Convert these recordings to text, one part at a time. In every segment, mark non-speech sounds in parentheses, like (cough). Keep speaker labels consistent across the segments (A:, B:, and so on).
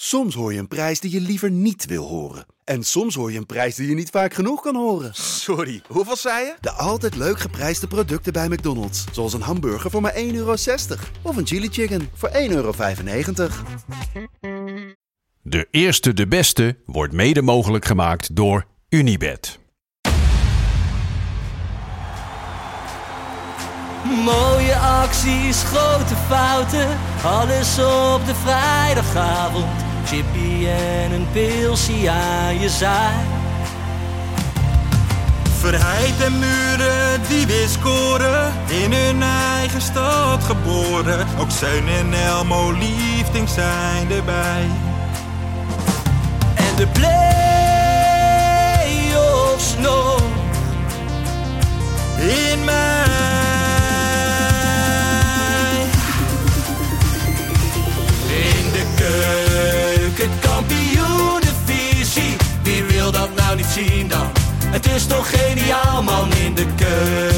A: Soms hoor je een prijs die je liever niet wil horen. En soms hoor je een prijs die je niet vaak genoeg kan horen.
B: Sorry, hoeveel zei je?
A: De altijd leuk geprijsde producten bij McDonald's. Zoals een hamburger voor maar 1,60 euro. Of een chili chicken voor 1,95 euro.
C: De eerste, de beste wordt mede mogelijk gemaakt door Unibed.
D: Mooie acties, grote fouten, alles op de vrijdagavond. Chippy en een pilsie aan je zaai.
E: Verheid en muren die weer scoren, in hun eigen stad geboren. Ook Zeun en Elmo liefdings zijn erbij.
D: En de play-offs nog.
E: In mij.
D: In de keuken, kampioen de visie. Wie wil dat nou niet zien dan? Het is toch geniaal man in de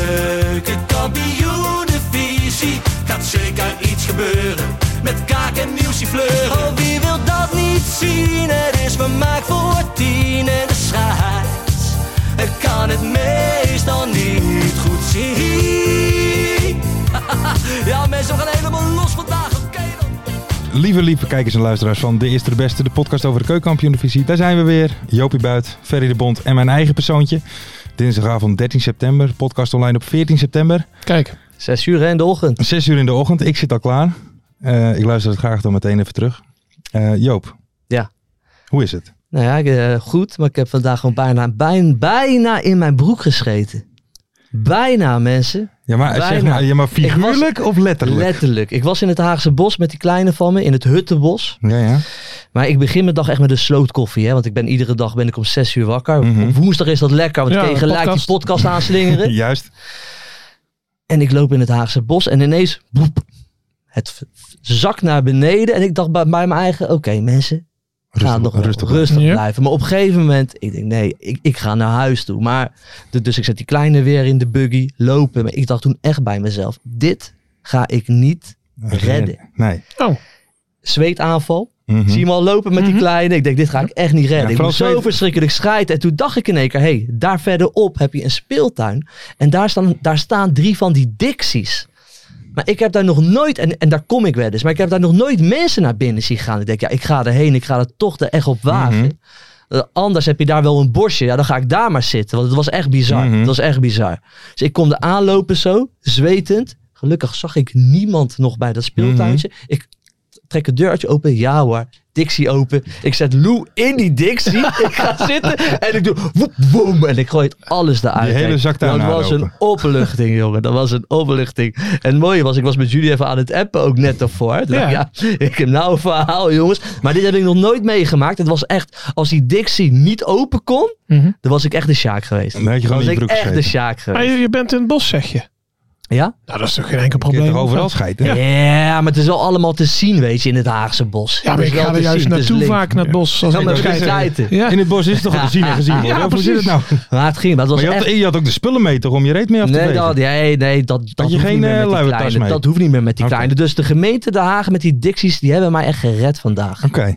D: keuken, kampioen de visie. Gaat zeker iets gebeuren met kaak en nieuwsje fleuren. Oh, wie wil dat niet zien? Het is vermaakt voor tien en de scheids. Ik kan het meestal niet goed zien. (laughs) ja, mensen, we gaan helemaal los vandaag. Oké dan.
F: Lieve, lieve kijkers en luisteraars van De Eerste de Beste, de podcast over de keukenkampioen-divisie. Daar zijn we weer. Jopie Buit, Ferry de Bond en mijn eigen persoontje. Dinsdagavond 13 september, podcast online op 14 september.
G: Kijk,
D: Zes uur hè, in de ochtend.
F: 6 uur in de ochtend, ik zit al klaar. Eh, ik luister het graag dan meteen even terug. Eh, Joop.
G: Ja.
F: Hoe is het?
D: Nou ja, ik, eh, goed, maar ik heb vandaag gewoon bijna, bijna, bijna in mijn broek gescheten. Bijna, mensen.
F: Ja, maar, zeg
D: Bijna.
F: maar, ja, maar figuurlijk of letterlijk?
D: Letterlijk. Ik was in het Haagse bos met die kleine van me, in het Huttenbos.
F: ja, ja.
D: Maar ik begin mijn dag echt met een slootkoffie, hè. Want ik ben iedere dag ben ik om zes uur wakker.
F: Mhm.
D: Op woensdag is dat lekker, want
G: Ja,
D: ik kan je
G: de
D: gelijk
G: podcast.
D: die podcast
H: (laughs)
D: aanslingeren.
F: Juist.
D: En ik loop in het Haagse bos en ineens, boep, het v- v- zak naar beneden. En ik dacht bij, bij mijn eigen, oké mensen,
F: Rustig,
D: gaan nog wel
F: rustig.
D: rustig,
G: Ja.
D: blijven. Maar op een gegeven moment, ik denk nee, ik, ik ga naar huis toe. Maar de- dus ik zet die kleine weer in de buggy, lopen. Maar ik dacht toen echt bij mezelf, dit ga ik niet. redden.
F: Nee.
D: Zweetaanval.
F: Mhm.
D: Zie hem al lopen met die kleine. Ik denk, dit ga ik echt niet redden.
F: Ja,
D: ik
F: vooral
D: moet zo
F: zweet-
D: verschrikkelijk schijten. En toen dacht ik in één keer, hé, hey, daar verderop heb je een speeltuin. En daar staan, daar staan drie van die Dixies. Maar ik heb daar nog nooit, en, en daar kom ik wel eens, maar ik heb daar nog nooit mensen naar binnen zien gaan. Ik denk, ja, ik ga erheen, ik ga er toch er echt op wagen.
F: Mhm.
D: Eh, anders heb je daar wel een borstje. Ja, dan ga ik daar maar zitten. Want het was echt bizar.
F: Mhm.
D: Het was echt bizar. Dus ik kom er aanlopen zo, zwetend. Gelukkig zag ik niemand nog bij dat speeltuintje.
F: Mhm.
D: Ik trek het deurtje open. Ja hoor, Dixie open. Ik zet Lou in die Dixie.
G: (laughs)
D: ik ga zitten en ik doe woep, woem. En ik gooi het alles eruit.
F: Die hele
D: Kijk,
F: zak daarna
D: Dat was
F: lopen.
D: een opluchting, jongen. Dat was een opluchting. En het mooie was, ik was met jullie even aan het appen ook net daarvoor. Toen dacht ik, Ja. ik heb nou een verhaal, jongens. Maar dit heb ik nog nooit meegemaakt. Het was echt, als die Dixie niet open kon,
G: Mhm.
D: dan was ik echt de Sjaak geweest.
F: Dan had
D: Dan
F: je gewoon
D: was
F: in je
D: ik
F: broek
D: echt de
F: gescheten.
D: Sjaak
G: maar
D: geweest.
G: je, je bent in het bos, zeg je.
D: Ja?
G: Nou, dat is toch geen enkel
F: Je
G: probleem.
F: kunt toch overal scheiden?
D: Ja. maar het is wel allemaal te zien, weet je, in het Haagse bos.
G: Ja, maar
D: Het is
G: ik ga
D: wel
G: er
D: te
G: juist
D: zien, het is
G: naartoe
D: link.
G: vaak naar het bos. Als
D: Ja,
G: ik
D: maar
G: daar
D: we
G: schijt.
D: schijten.
G: Ja.
F: In het bos is toch al te zien en gezien worden?
G: Ja,
F: Of hoe zit het nou?
D: Maar het ging, maar het was
F: Maar je
D: echt...
F: had, je had ook de spullen mee toch om je reet mee af te
D: Nee,
F: wegen?
D: dat, nee, nee, dat, dat
F: je
D: hoeft
F: geen,
D: niet meer
F: eh,
D: met die
F: luiertas
D: kleine.
F: mee?
D: Dat hoeft niet meer met die
F: Oké.
D: kleine. Dus de gemeente Den Haag met die Dixies, die hebben mij echt gered vandaag.
F: Oké.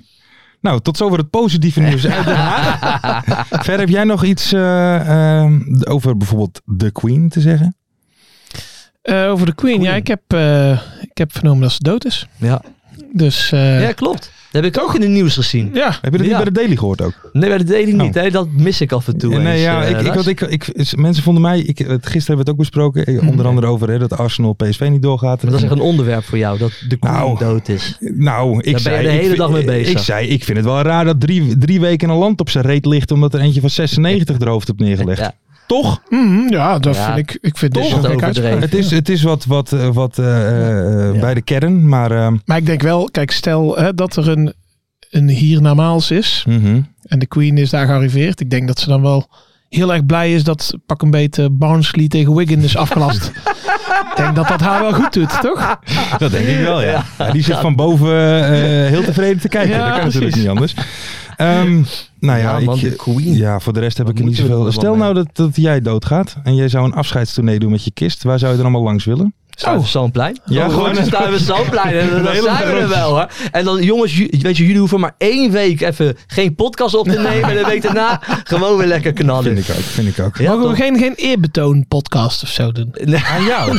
F: Nou, tot zover het positieve
D: (laughs)
F: nieuws (laughs) uit Den Haag. Ver, heb jij nog iets eh, eh, over bijvoorbeeld The Queen te zeggen?
G: Eh, over de Queen. Ja, ik heb, eh, ik heb vernomen dat ze dood is.
D: Ja,
G: Dus eh,
D: ja klopt. Dat heb ik ook in het nieuws gezien.
G: ja.
F: Heb je
D: Ja.
F: dat niet bij de Daily gehoord ook?
D: Nee, maar dat deed ik
F: Oh.
D: niet. Hè. Dat mis ik af en toe.
F: Eh, nee,
D: eens,
F: ja,
D: eh,
F: ik, ik,
D: Lars.
F: want ik, ik, is- mensen vonden mij, ik, het, gisteren hebben we het ook besproken, eh, onder andere over hè, dat Arsenal PSV niet doorgaat.
D: Hmm. Maar dat is echt een onderwerp voor jou, dat de koe
F: Nou.
D: dood is.
F: Nou, ik
D: ben je
F: zei,
D: de
F: ik
D: hele
F: vind-
D: dag mee bezig.
F: Ik zei, ik vind het wel raar dat drie, drie weken een land op zijn reet ligt omdat er eentje van 96 er hoofd op neergelegd.
D: Ja.
F: Toch?
G: Mhm, ja, dat
D: Ja.
G: vind ik. Ik vind
D: Toch?
G: dit wel
D: Dat
G: gek
D: overdreven.
G: uitspraak.
F: Dus- Het is, het is wat, wat, eh, wat eh, eh, bij de kern, maar... ehm,
G: Maar ik denk wel, kijk, stel hè, dat er een, een hiernamaals is.
F: mhm.
G: En de Queen is daar gearriveerd. Ik denk dat ze dan wel heel erg blij is dat pak een beetje Barnsley tegen Wigan is afgelast. ik denk dat dat haar wel goed doet, toch?
F: Dat denk ik wel, ja. Ah. Ja, die zit van boven eh, heel tevreden te kijken.
G: Ja,
F: dat kan natuurlijk
G: precies.
F: niet anders. Ehm, nou ja,
D: Ja, man, de
F: ik,
D: queen.
F: ja, voor de rest heb
D: Wat
F: ik niet
D: moeten we er
F: zoveel.
D: allemaal
F: Stel
D: mee?
F: nou dat, dat jij doodgaat en jij zou een afscheidstournee doen met je kist. Waar zou je dan allemaal langs willen?
H: Staan we
G: Oh.
H: op Zandplein.
F: Ja,
H: Oh,
F: gewoon-
H: dan staan we op Zandplein. En dan,
F: (laughs) Een hele
H: zijn we er
F: grote-
H: wel. Hè. En dan, jongens, ju- weet je, jullie hoeven maar één week even geen podcast
F: (laughs)
H: op te nemen. En de week daarna gewoon weer lekker knallen.
F: Vind ik ook, vind ik ook.
H: Ja,
G: Mogen we
H: toch?
G: geen, geen eerbetoon podcast of zo doen?
H: Nee,
F: Aan jou.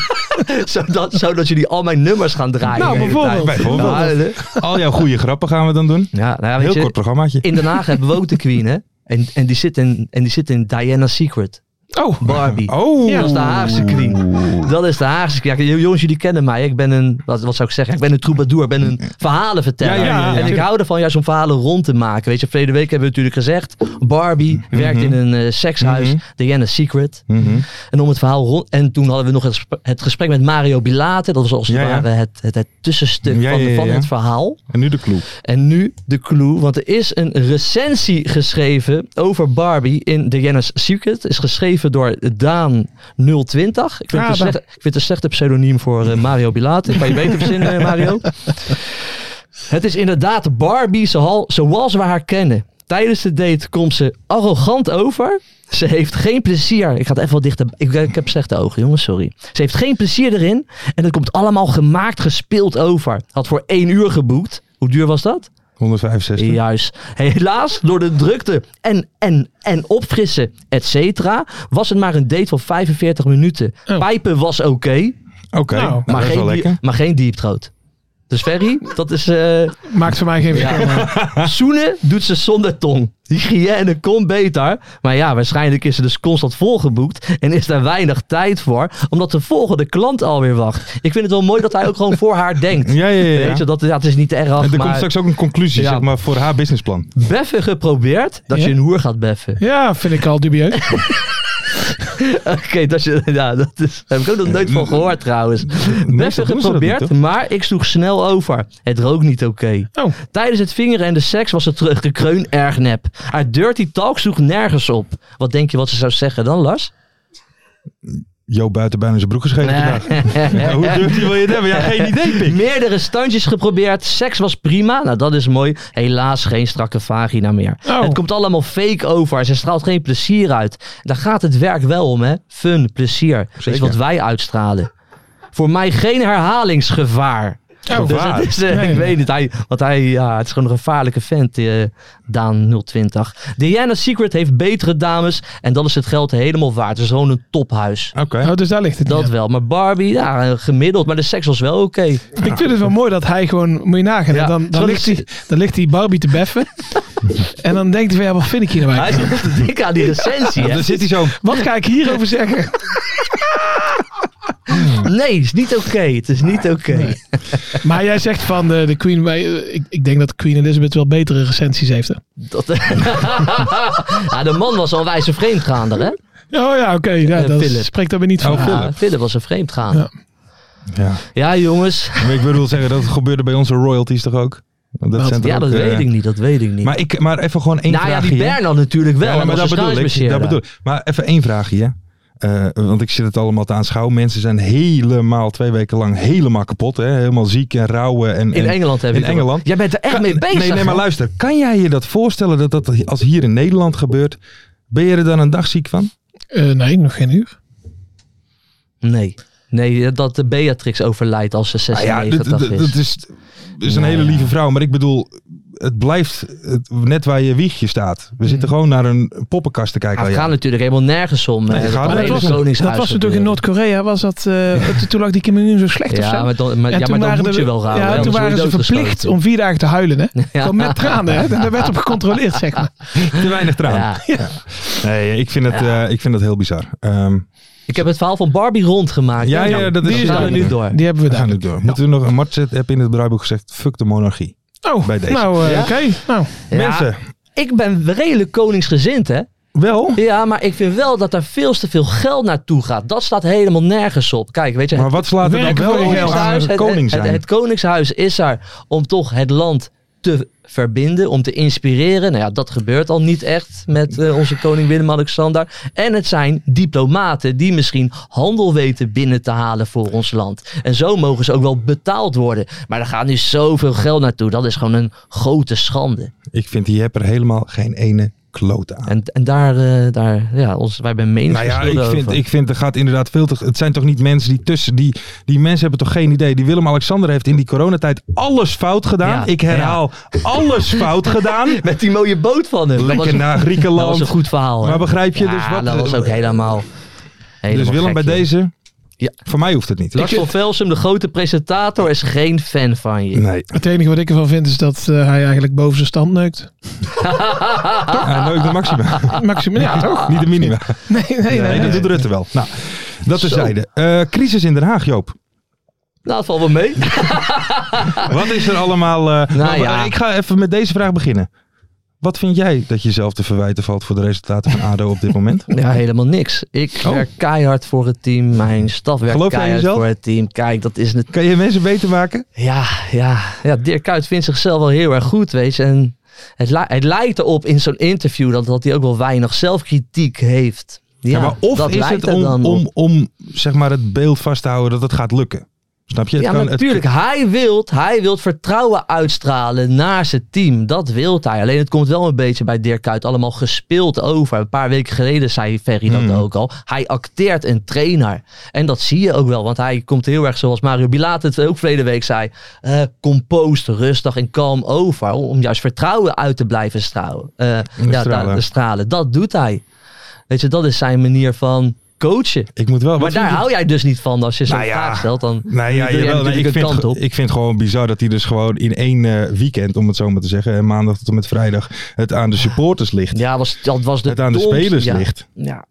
H: zodat, zodat jullie al mijn nummers gaan draaien. de
G: Nou,
H: hele
G: bijvoorbeeld.
H: tijd.
F: Bijvoorbeeld.
H: Nou, de-
F: Al jouw goede grappen gaan we dan doen.
H: Ja, nou ja, weet
F: Heel
H: je,
F: kort programmaatje.
H: in Den Haag hebben we ook de Queen, hè? En, en, die zit in, en die zit in Diana's Secret.
G: Oh,
H: Barbie.
F: Oh.
H: Dat is de Haagse Queen. Dat is de Haagse Queen. Ja, jongens, jullie kennen mij. Ik ben een, wat, wat zou ik zeggen? Ik ben een troubadour. Ik ben een verhalenverteller.
F: Ja, ja, ja, ja.
H: En ik hou ervan juist om verhalen rond te maken. Weet je, verleden week hebben we natuurlijk gezegd. Barbie werkt in een eh, sekshuis. Diana's Secret.
F: Mhm.
H: En om het verhaal rond. En toen hadden we nog het gesprek, het gesprek met Mario Bilate. Dat was als het
F: Ja, ja.
H: ware het, het, het tussenstuk
F: Ja,
H: van,
F: ja, ja,
H: van
F: ja.
H: het verhaal.
F: En nu de clue.
H: En nu de clue, want er is een recensie geschreven over Barbie in Diana's Secret. Is geschreven door Daan020. Ik vind, het
G: Ah,
H: een slechte, ik vind het een slechte pseudoniem voor eh, Mario Bilate. Kan je beter verzinnen, eh, Mario? Het is inderdaad Barbie zoal- zoals we haar kennen. Tijdens de date komt ze arrogant over. Ze heeft geen plezier. Ik ga het even wat dichter. Ik, eh, ik heb slechte ogen, jongens, sorry. Ze heeft geen plezier erin. En het komt allemaal gemaakt, gespeeld over. Had voor één uur geboekt. Hoe duur was dat?
F: 165.
H: Juist. Helaas, door de drukte en, en, en opfrissen, et cetera, was het maar een date van 45 minuten.
G: Oh.
H: Pijpen was oké,
F: Oké,
G: Nou,
F: nou,
H: maar,
F: dat is wel
H: geen die-
F: lekker.
H: maar geen dieptroot. Dus Ferry, dat is... eh,
F: (laughs)
G: maakt voor mij geen verschil.
H: Zoenen doet ze zonder tong. Hygiëne kon beter. Maar ja, waarschijnlijk is ze dus constant volgeboekt. En is daar weinig tijd voor. Omdat de volgende klant alweer wacht. Ik vind het wel mooi dat hij ook gewoon voor haar
F: (laughs)
H: denkt.
F: Ja, ja, ja.
H: Weet je, dat, ja, het is niet erg,
F: En er komt
H: maar
F: straks ook een conclusie,
H: Ja.
F: zeg maar, voor haar businessplan.
H: beffen geprobeerd, dat
G: Ja?
H: je een hoer gaat beffen.
G: Ja, vind ik al dubieus.
H: Oké, dat, is- ja, dat is, daar heb ik ook nog
F: Eh,
H: nooit van gehoord trouwens. Best wel
F: doen ze dat niet,
H: geprobeerd,
F: toch?
H: maar ik sloeg snel over. Het rook niet oké.
G: Oh.
H: Tijdens het vingeren en de seks was het teruggekreun erg nep. Haar dirty talk sloeg nergens op. Wat denk je wat ze zou zeggen dan, Lars?
F: Jo buiten bijna zijn broek
H: (laughs)
F: geschreven vandaag. Ja, hoe durft hij wil je het hebben? Ja, geen idee, pik.
H: Meerdere standjes geprobeerd. Seks was prima. Nou, dat is mooi. Helaas geen strakke vagina meer.
G: Oh.
H: Het komt allemaal fake over. Ze straalt geen plezier uit. Daar gaat het werk wel om, hè? Fun, plezier. Dat is
F: Zeker.
H: wat wij uitstralen. Voor mij geen herhalingsgevaar.
G: Oh,
H: Dus dat is, eh,
G: Nee,
H: ik
G: nee.
H: weet niet. Hij, want hij, ja, het is gewoon een gevaarlijke vent, eh, Daan 020. Diana's Secret heeft betere dames. En dan is het geld helemaal waard. Het is gewoon een tophuis.
F: Oké.
G: Oh, dus daar ligt het.
H: Dat
G: niet.
H: wel. Maar Barbie, ja, gemiddeld. Maar de seks was wel oké.
G: Ik vind het wel mooi dat hij gewoon, moet je nagaan,
H: Ja,
G: dan, dan,
H: zo'n-
G: ligt hij, dan ligt die Barbie te
H: (laughs)
G: beffen. en dan denkt hij van, ja, wat vind ik hier nou
H: Hij
G: eigenlijk?
H: zit op te denken aan die recensie.
F: Dan
H: hè?
F: zit hij zo.
G: Wat ga ik hierover zeggen?
H: Nee, het is niet oké. Het is niet oké.
G: Maar jij zegt van de, de Queen, wij- eh, ik, ik denk dat Queen Elizabeth wel betere recensies heeft. Hè?
H: Dat, eh. (laughs) ja, de man was al wijs een vreemdgaander, hè?
G: Oh ja, oké, ja,
H: Eh,
G: dat
H: Philip.
G: spreekt daar weer niet van.
H: ja, Philip was een vreemdgaander.
F: Ja.
H: Ja, jongens.
F: Maar ik bedoel zeggen, dat gebeurde bij onze royalties toch ook? Want Dat zijn toch
H: Ja,
F: ook,
H: dat
F: eh,
H: weet ik niet. Dat weet ik niet.
F: Maar, ik, maar even gewoon één
H: nou ja,
F: vraagje.
H: die
F: hè?
H: Bernard natuurlijk wel.
F: Ja, nee,
H: maar
F: maar dat bedoel, ik, dat bedoel
H: ik.
F: ik. Maar even één vraagje, hè. Eh, want ik zit het allemaal te aanschouwen. Mensen zijn helemaal twee weken lang helemaal kapot. Hè? Helemaal ziek en rouwen. En,
H: In
F: en-
H: Engeland heb
F: in
H: ik het.
F: Engeland.
H: Jij bent er echt
F: Kan-
H: mee bezig.
F: Nee, nee, maar
H: man.
F: luister. Kan jij je dat voorstellen dat dat als hier in Nederland gebeurt, ben je er dan een dag ziek van?
G: Eh, nee, nog geen
H: Oh,
G: uur.
H: Nee. Nee, eh, dat de Beatrix overlijdt als ze
F: Nou ja,
H: 96
F: dat, dat,
H: is.
F: dat is, dat is een hele lieve vrouw. Maar ik bedoel, het blijft het, net waar je wiegje staat.
H: Mhm.
F: We zitten gewoon naar een poppenkast te kijken. Oh
H: Ah,
F: al
H: het
F: jaren.
H: gaat natuurlijk helemaal nergens om.
F: Nee,
H: eh,
F: het
H: wat
F: gaat
H: er
F: nergens
H: in het
G: om.
H: Koningshuis
G: dat was natuurlijk in
H: gebeurde.
G: Noord-Korea, was dat, eh, dat- toen lag die Kim Jong-un zo slecht of
H: Ja,
G: zo.
H: maar dan, maar, ja, maar dan moet
G: de-
H: je wel raden.
G: Ja, toen waren ze verplicht om vier dagen te huilen. (laughs) Hè?
H: Ja.
G: Gewoon met tranen. Hè? Daar werd op gecontroleerd, zeg maar.
F: Te
H: (laughs)
F: weinig traan. (laughs)
H: Ja.
F: Nee, ik vind, het, eh, ik vind het heel bizar. Ehm,
H: Ik heb het verhaal van Barbie rondgemaakt.
F: Ja, ja, dat is-
H: We gaan er nu door.
G: (laughs) Die hebben we
F: we gaan
G: daar.
F: nu door. Moeten we nog een match heb in het bruiboek gezegd: fuck de monarchie.
G: Oh,
F: Bij deze.
G: nou, eh,
H: Ja?
G: oké. Nou,
H: Ja,
F: Mensen,
H: Ik ben redelijk koningsgezind, hè?
F: wel.
H: Ja, maar ik vind wel dat daar veel te veel geld naartoe gaat. Dat staat helemaal nergens op. Kijk, weet je,
F: Maar wat slaat er dan
G: Werken
F: wel
G: voor je
F: op
G: geld.
F: aan
H: Koningshuis,
F: het
H: het,
F: koning
H: het-
F: zijn?
H: het Koningshuis is er om toch het land te verbinden, om te inspireren. Nou ja, dat gebeurt al niet echt met eh, onze koning Willem-Alexander. En het zijn diplomaten die misschien handel weten binnen te halen voor ons land. En zo mogen ze ook wel betaald worden. Maar er gaat nu zoveel geld naartoe. Dat is gewoon een grote schande.
F: Ik vind die heb er helemaal geen ene klote aan.
H: En, en daar, eh, daar ja, ons, wij hebben
F: Nou ja, ik
H: meningsverschillen
F: vind,
H: over.
F: ik vind er gaat inderdaad veel te. Het zijn toch niet mensen die tussen. Die, die mensen hebben toch geen idee. Die Willem-Alexander heeft in die coronatijd alles fout gedaan.
H: Ja,
F: ik herhaal, alles
H: (laughs)
F: fout gedaan.
H: Met die mooie boot van hem.
F: Lekker
H: dat was,
F: naar
H: dat was
F: Griekenland.
H: een goed verhaal. hè?
F: maar begrijp je
H: ja,
F: dus wat.
H: dat was ook helemaal... helemaal
F: dus Willem, bij
H: gek, joh.
F: deze.
H: Ja.
F: Voor mij hoeft het niet.
H: Lars van Velsum, de grote presentator, is geen fan van je.
F: Nee.
G: Het enige wat ik ervan vind is dat eh, hij eigenlijk boven zijn stand neukt.
F: Ah, leuk de maxima.
G: Maximaal, ja, toch?
F: niet de minima.
G: (laughs) Nee, nee, nee.
F: Nee,
G: nee,
F: dat doet Rutte wel. Nou, dat
H: Zo.
F: terzijde. Eh crisis in Den Haag, Joop.
H: Nou, het valt wel mee.
F: Wat is
H: (laughs)
F: er allemaal... eh, maar-
H: Nou ja.
F: Ik ga even met deze vraag beginnen. Wat vind jij dat jezelf te verwijten valt voor de resultaten van ADO op dit
H: (laughs)
F: moment?
H: Ja, helemaal niks. Ik
F: Oh.
H: werk keihard voor het team. Mijn staf werkt
F: Geloof jij in
H: keihard
F: jezelf?
H: voor het team. Kijk, dat is het.
F: Kan je mensen beter maken?
H: Ja, ja, ja. Dirk Kuyt vindt zichzelf wel heel erg goed, weet je. En het, li- het lijkt erop in zo'n interview dat, dat hij ook wel weinig zelfkritiek heeft. Ja,
F: maar of
H: dat
F: is
H: lijkt
F: het
H: er
F: om,
H: dan op.
F: om, om zeg maar het beeld vast te houden dat het gaat lukken? Snap je? Het
H: Ja,
F: kan-
H: maar
F: het-
H: natuurlijk. Hij wil hij wilt vertrouwen uitstralen naar zijn team. Dat wil hij. Alleen het komt wel een beetje bij Dirk Kuyt allemaal gespeeld over. Een paar weken geleden zei Ferry dat
F: Hmm.
H: ook al. Hij acteert een trainer. En dat zie je ook wel. Want hij komt heel erg, zoals Mario Bilat het ook verleden week zei... eh composed, rustig en kalm over. Om, om juist vertrouwen uit te blijven stralen. Eh, ja,
F: stralen.
H: daar- te stralen. Dat doet hij. Weet je, dat is zijn manier van coachen.
F: ik moet wel...
H: Maar
F: wat
H: daar
F: vind je-
H: hou jij dus niet van als je zo'n
F: Nou ja.
H: vraag stelt. Dan
F: Nee, ja,
H: doe
F: jawel, nee,
H: je natuurlijk
F: ik,
H: een
F: vind,
H: kant
F: het
H: op.
F: ge- ik vind het gewoon bizar dat hij dus gewoon in één eh, weekend, om het zo maar te zeggen, en maandag tot en met vrijdag, het aan de supporters ligt.
H: Ja, was, dat was de
F: het aan de
H: domste-
F: spelers
H: ja,
F: ligt.
H: Ja.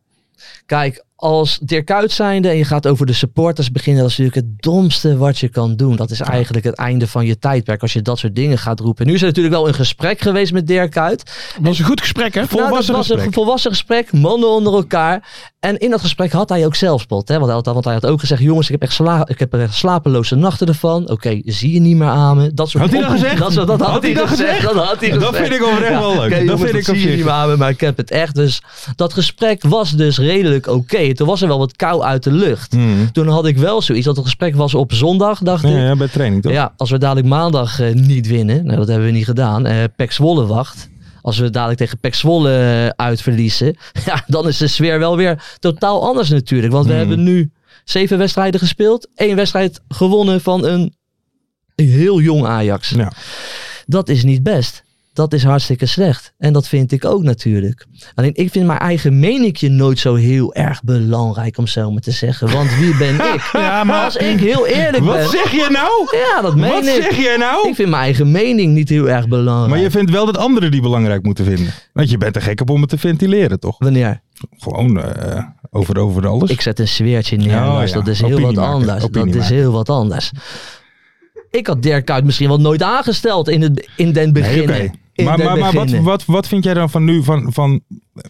H: Kijk, als Dirk Kuyt zijnde en je gaat over de supporters beginnen, dat is natuurlijk het domste wat je kan doen. Dat is eigenlijk het einde van je tijdperk als je dat soort dingen gaat roepen. Nu is er natuurlijk wel een gesprek geweest met Dirk Kuyt.
G: was een goed gesprek, hè?
H: Nou, dat
F: Volwassen
H: was een
F: gesprek.
H: volwassen gesprek, mannen onder elkaar. En in dat gesprek had hij ook zelfspot. Hè? Want, hij had, want hij had ook gezegd, jongens, ik heb echt, sla ik heb echt slapeloze nachten ervan. Oké, zie je niet meer aan me. Dat soort
F: Had hij dat
H: op-
F: gezegd?
H: Dat, soort- dat had,
F: Had
H: hij
F: hij dat
H: gezegd?
F: gezegd?
H: Dat had hij gezegd.
F: Dat vind ik oprecht wel leuk.
H: Oké,
F: dat
H: jongens,
F: vind ik op
H: zie je
F: zich.
H: niet meer aan me, maar ik heb het echt. Dus dat gesprek was dus redelijk oké. Toen was er wel wat kou uit de lucht.
F: Hmm.
H: Toen had ik wel zoiets, dat het gesprek was op zondag, dacht
F: Ja,
H: ik.
F: ja, bij training toch?
H: Ja, als we dadelijk maandag eh, niet winnen, nou, dat hebben we niet gedaan. eh Pek Zwolle wacht. Als we dadelijk tegen Pek Zwolle eh, uitverliezen, (laughs) ja, dan is de sfeer wel weer totaal anders natuurlijk. Want we
F: Hmm.
H: hebben nu zeven wedstrijden gespeeld, één wedstrijd gewonnen van een heel jong Ajax.
F: Ja.
H: Dat is niet best. Dat is hartstikke slecht. En dat vind ik ook natuurlijk. Alleen ik vind mijn eigen meninkje nooit zo heel erg belangrijk om zo maar te zeggen. Want wie
F: (laughs)
H: ben ik?
F: Ja, maar-
H: Als ik heel eerlijk ben.
F: Wat zeg je nou?
H: Ja, dat meen
F: Wat
H: ik.
F: zeg jij nou?
H: Ik vind mijn eigen mening niet heel erg belangrijk.
F: Maar je vindt wel dat anderen die belangrijk moeten vinden. Want je bent er gek op om het te ventileren, toch?
H: Wanneer?
F: Gewoon eh, over, over alles.
H: Ik zet een sfeertje neer,
F: Ja,
H: Lars.
F: Oh, ja.
H: Dat is heel
F: Opinie
H: wat
F: maken,
H: anders. Dat
F: opinie
H: is
F: maken.
H: heel wat anders. Ik had Dirk Kuyt misschien wel nooit aangesteld in, het, in den
F: Nee,
H: beginnen.
F: oké.
H: In
F: Maar,
H: den
F: maar, maar wat,
H: beginnen.
F: wat, wat vind jij dan van nu? Van, van, eh,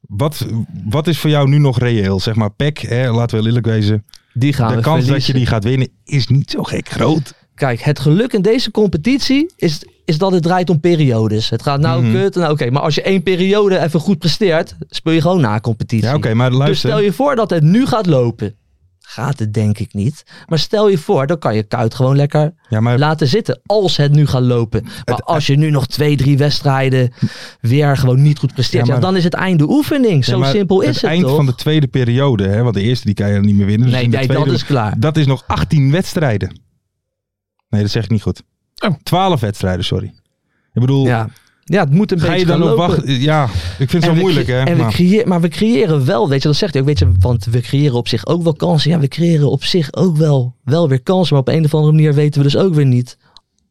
F: wat, wat is voor jou nu nog reëel? Zeg maar, PEC, hè, laten we eerlijk wezen.
H: Die gaan
F: de
H: Nou, we
F: kans dat je
H: verliezen.
F: die gaat winnen is niet zo gek groot.
H: Kijk, het geluk in deze competitie is, is dat het draait om periodes. Het gaat nou
F: Mhm.
H: kut. Nou, oké, maar als je één periode even goed presteert, speel je gewoon na competitie.
F: Ja, oké, maar
H: Dus
F: luister.
H: stel je voor dat het nu gaat lopen. Gaat het denk ik niet. Maar stel je voor, dan kan je Kuit gewoon lekker
F: ja, maar
H: laten zitten. Als het nu gaat lopen. Maar als je nu nog twee, drie wedstrijden weer gewoon niet goed presteert.
F: Ja,
H: Ja,
F: maar-
H: dan is het einde oefening. Zo
F: Ja, maar
H: simpel is het,
F: het eind
H: toch?
F: van de tweede periode, hè, want de eerste die kan je niet meer winnen. Dus
H: nee,
F: in de
H: nee
F: tweede,
H: dat is klaar.
F: dat is nog 18 wedstrijden. Nee, dat zeg ik niet goed.
G: Oh.
F: 12 wedstrijden, sorry. Ik bedoel,
H: Ja. ja, het moet een
F: ga
H: beetje
F: je
H: gaan
F: dan op
H: lopen.
F: wachten? Ja, ik vind het
H: En
F: zo
H: we
F: moeilijk,
H: cre-
F: hè.
H: En we
F: maar-
H: creëren, maar we creëren wel, weet je, dat zegt hij ook, weet je, want we creëren op zich ook wel kansen. Ja, we creëren op zich ook wel, wel weer kansen, maar op een of andere manier weten we dus ook weer niet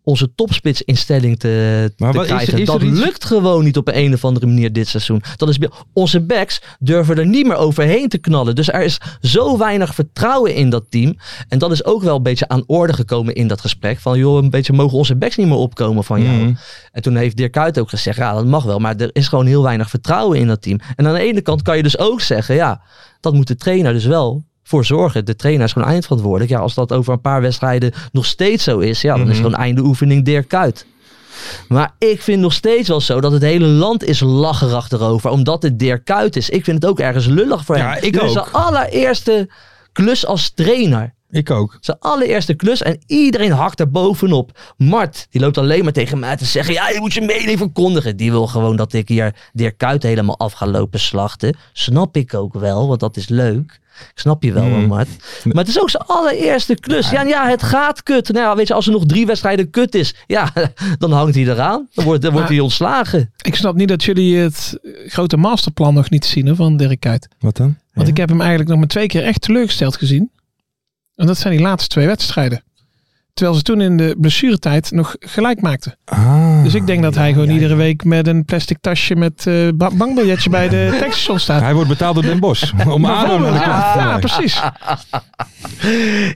H: onze topspitsinstelling te,
F: Maar
H: te
F: wat is er-
H: krijgen.
F: is er
H: dat
F: iets-
H: lukt gewoon niet op een of andere manier dit seizoen. Dat is, be- onze backs durven er niet meer overheen te knallen. Dus er is zo weinig vertrouwen in dat team. En dat is ook wel een beetje aan orde gekomen in dat gesprek. Van joh, een beetje mogen onze backs niet meer opkomen van jou.
F: Mhm.
H: En toen heeft Dirk Kuyt ook gezegd, ja, dat mag wel, maar er is gewoon heel weinig vertrouwen in dat team. En aan de ene kant kan je dus ook zeggen, ja, dat moet de trainer dus wel voor zorgen. De trainer is gewoon eindverantwoordelijk. Ja, als dat over een paar wedstrijden nog steeds zo is, ja, dan is het gewoon einde oefening Dirk Kuyt. Maar ik vind nog steeds wel zo dat het hele land is lacherig erover, omdat het Dirk Kuyt is. Ik vind het ook ergens lullig voor
F: Ja,
H: hem.
F: ik
H: Dit is
F: ook.
H: de allereerste klus als trainer.
F: Ik ook.
H: Zijn allereerste klus en iedereen hakt er bovenop. Mart, die loopt alleen maar tegen mij te zeggen... ja, je moet je mening verkondigen. Die wil gewoon dat ik hier Dirk Kuyt helemaal af ga lopen slachten. Snap ik ook wel, want dat is leuk. Ik snap je wel, hoor, Mart. Maar het is ook zijn allereerste klus. Ja, en ja het gaat kut. Nou, ja, weet je, als er nog drie wedstrijden kut is... ja, (laughs) dan hangt hij eraan. Dan wordt, dan wordt
G: Maar-
H: hij ontslagen.
G: Ik snap niet dat jullie het grote masterplan nog niet zien hè, van Dirk Kuyt.
F: Wat dan?
G: Want ik heb hem eigenlijk nog maar twee keer echt teleurgesteld gezien. En dat zijn die laatste twee wedstrijden. Terwijl ze toen in de blessuretijd nog gelijk maakten.
F: Ah.
G: Dus ik denk dat hij gewoon iedere week met een plastic tasje met eh, ba- bankbiljetje
H: (laughs)
G: bij de tankstation staat.
F: Hij wordt betaald door Den Bosch. Om ADO naar de
H: Ah,
G: Bijvoorbeeld.
F: club te vervangen.
G: ja, precies.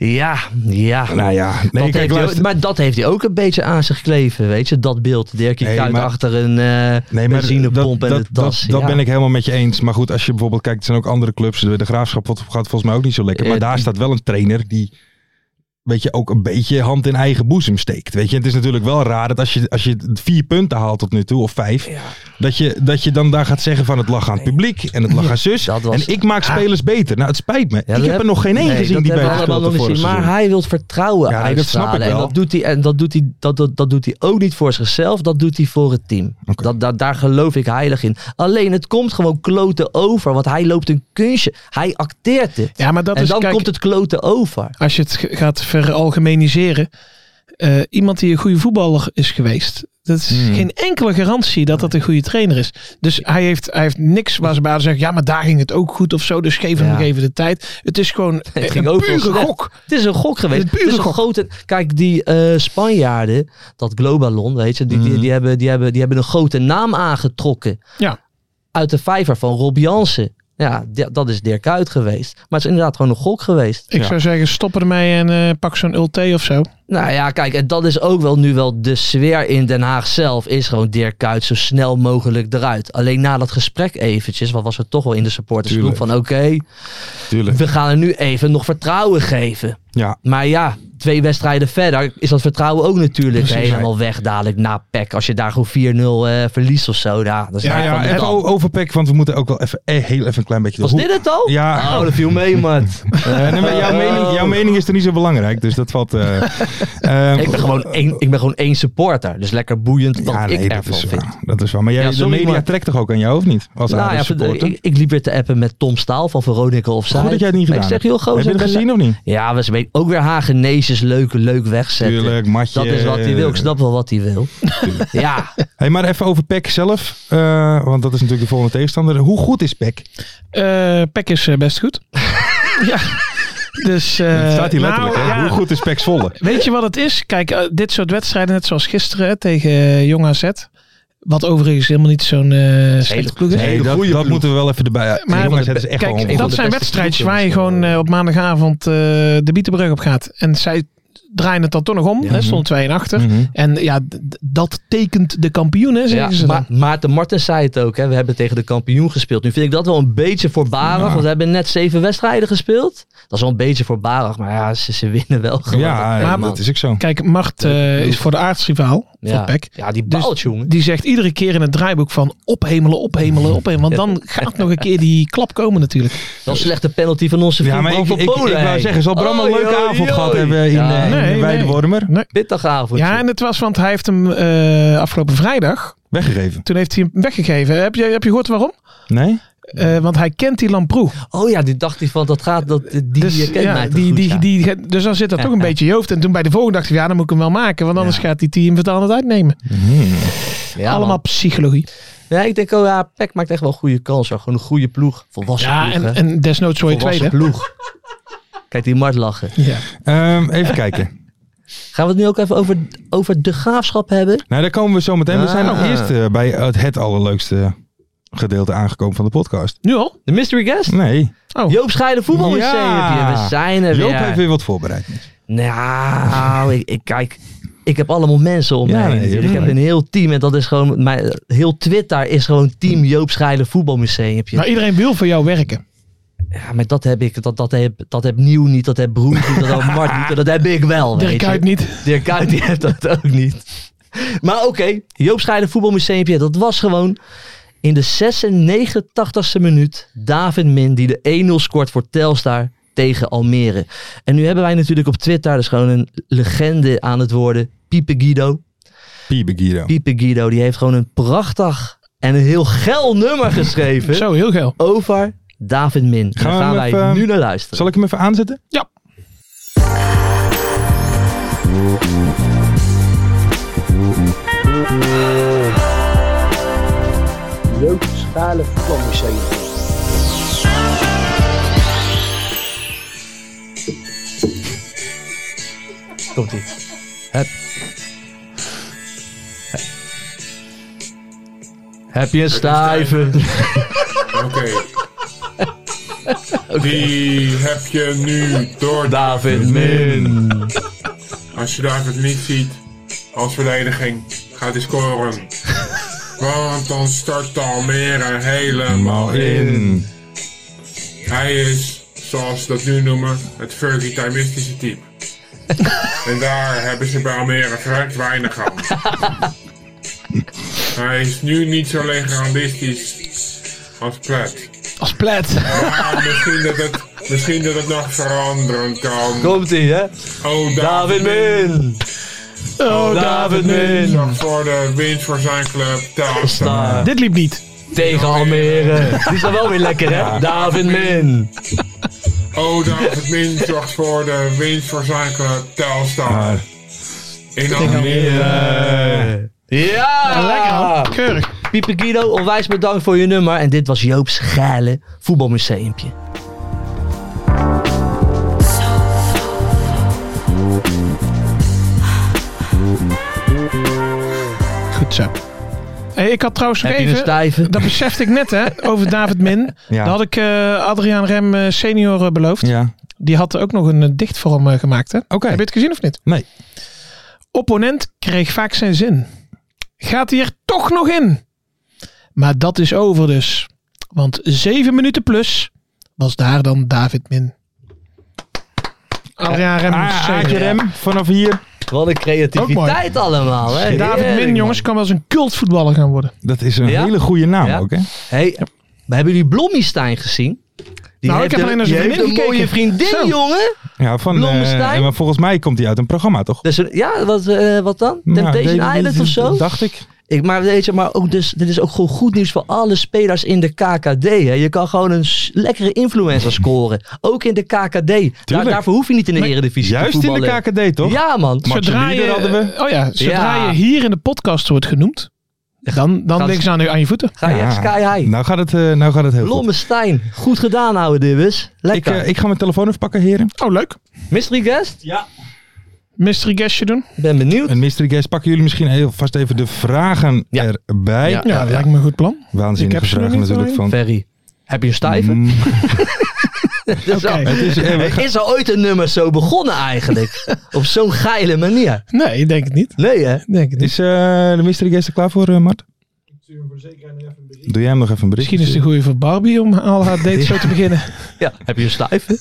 H: Ja, ja.
F: Nou ja, nee, kijk,
H: dat heeft hij ook-
F: luister.
H: maar dat heeft hij ook een beetje aan zich kleven, weet je? Dat beeld, Dirk
F: Nee,
H: Kuyt
F: maar-
H: achter een eh
F: Nee, maar
H: benzinepomp en
F: dat,
H: een tas.
F: dat, dat
H: ja.
F: ben ik helemaal met je eens. Maar goed, als je bijvoorbeeld kijkt, er zijn ook andere clubs. De de Graafschap gaat volgens mij ook niet zo lekker. Maar
H: Eh,
F: daar staat wel een trainer die, weet je, ook een beetje hand in eigen boezem steekt. Weet je, het is natuurlijk wel raar dat als je, als je vier punten haalt tot nu toe, of vijf, dat, je, dat je dan daar gaat zeggen van het lag aan het publiek en het
H: (laughs)
F: lag aan zus.
H: dat was- Ah.
F: en ik maak spelers beter. Nou, het spijt me.
H: Ja,
F: ik
H: dat
F: heb er nog geen één
H: nee,
F: gezien
H: dat
F: die
H: hebben
F: beter
H: we allemaal
F: speelde
H: nog niet
F: vorig
H: gezien. Maar
F: seizoen.
H: hij wil vertrouwen
F: Ja, nee, dat snap ik
H: uitstralen. En
F: wel.
H: dat doet hij, en dat doet hij, dat, dat, dat doet hij ook niet voor zichzelf. Dat doet hij voor het team.
F: Oké.
H: Dat, dat, daar geloof ik heilig in. Alleen het komt gewoon kloten over. Want hij loopt een kunstje. Hij acteert het.
G: Ja, maar dat
H: en
G: is,
H: dan
G: kijk,
H: komt het kloten over.
G: als je het ge- gaat veralgemeniseren. eh, iemand die een goede voetballer is geweest. Dat is
H: Hmm.
G: geen enkele garantie dat dat een goede trainer is. Dus hij heeft, hij heeft niks waar ze bij zeggen. Ja, maar daar ging het ook goed of zo. Dus geef hem
H: Ja.
G: nog even de tijd. Het is gewoon
H: (laughs) Het
G: een
H: ging ook wel
G: pure
H: slecht.
G: gok.
H: Het is een gok geweest.
G: Het is pure
H: Het is een
G: gok.
H: grote, kijk, die eh, Spanjaarden, dat Globalon, weet je, die,
G: Mhm.
H: die, die, hebben, die, hebben, die hebben een grote naam aangetrokken.
G: Ja.
H: Uit de vijver van Rob Jansen. Ja, d- dat is Dirk Kuyt geweest. Maar het is inderdaad gewoon een gok geweest.
G: Ik zou zeggen, stop ermee en eh, pak zo'n ulté of zo.
H: Nou ja, kijk, en dat is ook wel nu wel de sfeer in Den Haag zelf. Is gewoon Dirk Kuyt zo snel mogelijk eruit. Alleen na dat gesprek eventjes, wat was er toch wel in de supportersgroep van... Oké,
F: Tuurlijk.
H: we gaan er nu even nog vertrouwen geven.
F: Ja,
H: Maar ja, twee wedstrijden verder is dat vertrouwen ook natuurlijk
F: Precies.
H: helemaal weg dadelijk na PEC. Als je daar gewoon 4-0 eh, verliest of zo. Nou, dat is
F: ja,
H: raar van
F: ja
H: de
F: even
H: kant.
F: o- overpack, want we moeten ook wel even, eh, heel even een klein beetje de
H: Was
F: hoek-
H: dit het al?
F: Ja.
H: Oh, dat viel
F: (laughs)
H: mee, man.
F: Eh, nee, maar jouw,
H: Oh.
F: mening, jouw mening is er niet zo belangrijk, dus dat valt.
H: (laughs)
F: eh, ehm,
H: ik, ben gewoon één, ik ben gewoon één supporter. Dus lekker boeiend wat
F: ja, nee,
H: ik
F: dat
H: ervan
F: is,
H: vind.
F: waar. dat is waar. Maar jij,
H: Ja, sorry,
F: de media
H: maar-
F: trekt toch ook aan jou, of niet? Als nou,
H: Nou ja,
F: supporter.
H: ik, ik liep weer te appen met Tom Staal van Veronica of
F: Goed dat jij het niet
H: Maar
F: gedaan
H: Ik zeg, joh, gozer,
F: Heb je het
H: ik ben-
F: gezien of niet?
H: Ja, we zijn ook weer Hageneesjes leuk, leuk wegzetten.
F: Tuurlijk, matje.
H: Dat is wat hij wil. Ik snap wel wat hij wil.
F: Tuurlijk. (laughs)
H: ja,
F: Hey, maar even over PEC zelf, eh, want dat is natuurlijk de volgende tegenstander. Hoe goed is PEC?
G: Eh Pek is eh,
F: (laughs)
G: best goed. ja. Dus, eh,
F: Het staat hier letterlijk.
G: nou,
F: hè?
G: ja.
F: Hoe goed is PEC Zwolle?
G: Weet je wat het is? Kijk, eh, dit soort wedstrijden, net zoals gisteren hè, tegen eh, Jong AZ. Wat overigens helemaal niet zo'n eh slechte ploeg is.
F: Nee, dat, dat moeten we wel even erbij.
G: Maar-
F: jongens, het is echt wel
G: Kijk,
F: een-
G: dat
H: de
G: zijn
H: beste
G: wedstrijdjes
H: ploegen
G: waar je
H: is wel,
G: gewoon
H: eh.
G: eh, op maandagavond eh, de Bietenbrug op gaat. En zij draaien het dan toch nog om. hè, stond 2 en achter.
F: Mhm.
G: En ja, d- d- dat tekent de kampioen, hè, zeggen
H: Ja,
G: ze dan.
H: maar Maarten Martens zei het ook. Hè. We hebben tegen de kampioen gespeeld. Nu vind ik dat wel een beetje voorbarig.
F: Nou.
H: Want we hebben net zeven wedstrijden gespeeld. Dat is wel een beetje voorbarig. Maar ja, ze, ze winnen wel gewoon.
F: Ja,
H: Hey,
F: eh,
G: Maar-
H: man.
F: dat is ook zo.
G: Kijk, Mart eh, is voor de aardsrivaal
H: ja.
G: van PEC.
H: Ja, die
G: Dus
H: baalt, jongen.
G: Die zegt iedere keer in het draaiboek van ophemelen, ophemelen, ophemelen. Want dan
H: (laughs)
G: gaat nog een keer die klap komen natuurlijk.
H: Dat is een slechte penalty van onze
F: Ja, maar
H: vriend
F: ik,
H: Bram
F: ik, ik,
H: van Polen.
F: wou
H: hey.
F: zeggen, zal Bram een
H: Oei,
F: leuke
H: oei,
F: avond
H: oei.
F: gehad hebben in, eh,
H: Ja,
G: Nee,
F: in
G: nee.
F: Weidewormer?
H: Pittigavondje.
G: Ja, en het was, want hij heeft hem eh, afgelopen vrijdag,
F: Weggegeven.
G: toen heeft hij hem weggegeven. Heb je, heb je gehoord waarom?
F: Nee?
G: Eh, want hij kent die Lamproe.
H: Oh ja, die dacht hij van, dat gaat, dat, die
G: Dus,
H: eh, kent
G: ja,
H: mij te
G: die,
H: goed,
G: die,
H: ja.
G: die, dus dan zit dat toch een beetje in je hoofd. En toen bij de volgende dacht ik, ja, dan moet ik hem wel maken. Want anders gaat die team het aan het uitnemen.
H: Ja, man.
G: Allemaal psychologie.
H: Nee, ik denk, oh ja, Peck maakt echt wel een goede kans. hoor. Gewoon een goede ploeg. Volwassen
G: Ja,
H: ploeg,
G: Ah,
H: hè.
G: en, en desnoods voor je
H: Volwassen
G: tweede.
H: ploeg. Kijk die Mart lachen.
G: Ja.
F: Ehm, even kijken.
H: Gaan we het nu ook even over, over de graafschap hebben?
F: Nou, daar komen we zo meteen. We zijn
H: Ah.
F: eerst eh, bij het, het allerleukste gedeelte aangekomen van de podcast.
G: Nu al?
H: De mystery guest?
F: Nee,
G: Oh.
H: Joop Scheiden voetbal
F: Ja.
H: heb je. We zijn er
F: Joop
H: weer.
F: heeft weer wat voorbereid.
H: Nou, ik, ik kijk. Ik heb allemaal mensen om
F: Ja,
H: mij. heen
F: nee,
H: natuurlijk.
F: je
H: ik
F: hebt
H: heb een heel team en dat is gewoon mijn heel Twitter is gewoon team Joop Scheiden voetbalmuseumpje.
G: Maar iedereen wil voor jou werken.
H: ja, maar dat heb ik, dat, dat heb, dat heb Nieuw niet, dat heb Broen niet, dat
F: (laughs)
H: heb Mart niet, en dat heb ik wel. weet
G: Dirk
H: je.
G: uit niet.
H: Dirk Kuyt (laughs) die heeft dat ook niet. Maar oké, Joop Scheiden voetbalmuseumpje, dat was gewoon in de 96e minuut David Min die de 1-0 scoort voor Telstar. tegen Almere. En nu hebben wij natuurlijk op Twitter, dus gewoon een legende aan het worden, Piepe Guido.
F: Piepe Guido.
H: Piepe Guido, die heeft gewoon een prachtig en een heel geil nummer geschreven
G: Zo, heel geil.
H: over David Min. Daar
F: Gaan we
H: gaan
F: hem
H: wij
F: even-
H: nu naar luisteren.
F: Zal ik hem even aanzetten?
G: Ja.
I: grootschalig voetbalmuseum.
H: Komt ie. Heb... Heb je een stijve?
J: Oké. Die heb je nu door
H: David Min.
J: Als je David niet ziet als verdediging, gaat hij (laughs) scoren. Want dan start Almere helemaal in. Hij is, zoals ze dat nu noemen, het Fergie Timistische (laughs) type. en daar hebben ze bij Almere vrij weinig (laughs) aan. Hij is nu niet zo legendistisch als Plet.
G: Als plet.
J: Maar misschien dat het, misschien dat het nog veranderen kan.
H: Komt ie, hè?
J: Oh,
H: David Min. Oh, David Min.
J: Zorg voor de winst voor zijn club. Telstar.
H: Sta
G: Dit liep niet.
H: tegen Almere. Die is dan wel weer lekker, hè? David Min.
J: Oh, David Min zorgt voor de winst voor zijn club. Telstar. In Almere.
H: Ja!
G: Lekker man. Keurig.
H: Piepe Guido, onwijs bedankt voor je nummer. En dit was Joop's geile voetbalmuseumpje.
G: Goed zo. Hey, ik had trouwens nog
H: Heb je een
G: even...
H: stijve?
G: Dat besefte ik net, hè, over David Min.
F: (laughs) Ja.
G: Dat had ik eh, Adriaan Rem eh, senior eh, beloofd.
F: Ja.
G: Die had ook nog een eh, dichtvorm eh, gemaakt, hè?
F: Oké.
G: Heb je het gezien of niet?
F: Nee.
G: Opponent kreeg vaak zijn zin. Gaat hij er toch nog in? Maar dat is over dus. Want zeven minuten plus was daar dan David Min. Adriaan
H: Ah,
G: Rem.
F: Aardje
G: senior.
F: Ah, rem vanaf hier.
H: Wat een
G: Ook
H: creativiteit allemaal, hè?
G: David
H: Heerlijk,
G: Min,
H: man.
G: jongens, kan wel eens een cultvoetballer gaan worden.
F: Dat is een
H: Ja?
F: hele goede naam
H: Ja.
F: ook, hè?
H: Hey, we hebben jullie Blommestein gezien. Die
G: Nou, ik heb alleen naar zijn
H: die heeft
G: vriendin
H: een mooie
G: gekeken.
H: vriendin,
G: Zo.
H: jongen.
F: Ja, van,
H: Blommestein?
F: eh, maar volgens mij komt hij uit een programma, toch?
H: Dus, een- ja, wat, eh, wat dan?
F: Nou,
H: Temptation
F: dat-
H: Island
F: dat-
H: of zo?
F: dat Dacht ik.
H: Ik, maar weet je, maar ook dus, dit is ook gewoon goed nieuws voor alle spelers in de KKD. Hè. Je kan gewoon een s- lekkere
G: (laughs)
H: influencer scoren. Ook in de KKD. Daar,
F: Tuurlijk.
H: daarvoor hoef je niet in de Eredivisie
F: Juist
H: te
F: in de
H: voetballen.
F: KKD, toch?
H: Ja, man.
F: Maar- Marcel
G: zodra je,
F: Lieder hadden we.
G: Oh ja, zodra
H: Ja.
G: je hier in de podcast wordt genoemd, dan, dan
H: Gaan
G: liggen ze aan je, aan je voeten.
H: Ga je
F: Ja.
H: echt sky high.
F: Nou gaat het, eh, nou gaat het heel goed.
H: Blommestein. Goed gedaan, ouwe Dibbes.
F: Ik,
H: Lekker.
F: eh, ik ga mijn telefoon even pakken, heren.
G: Oh, leuk.
H: Mystery guest?
G: Mystery guestje doen.
H: Ik ben benieuwd.
F: Een mystery guest. Pakken jullie misschien heel vast even de vragen
H: Ja.
F: erbij.
H: Ja.
G: Ja, dat lijkt me een goed plan. Ik
F: Waanzinnige
G: heb ze nog
F: vragen
G: niet
F: natuurlijk van...
H: Ferry. Heb je een stijve?
F: Mm,
H: Dat is al- (laughs)
G: Oké.
F: het is, eh, we gaan-
H: Is er ooit een nummer zo begonnen (laughs) eigenlijk? Op zo'n geile manier.
G: Nee, ik denk het niet.
H: Nee, hè?
G: Ik Denk het niet.
F: is eh, de mystery guest er klaar voor, eh, Mart? Doe jij hem nog even een bericht?
G: Misschien is het een goede voor Barbie om al haar dates zo te beginnen.
H: Ja. Heb je een stijve?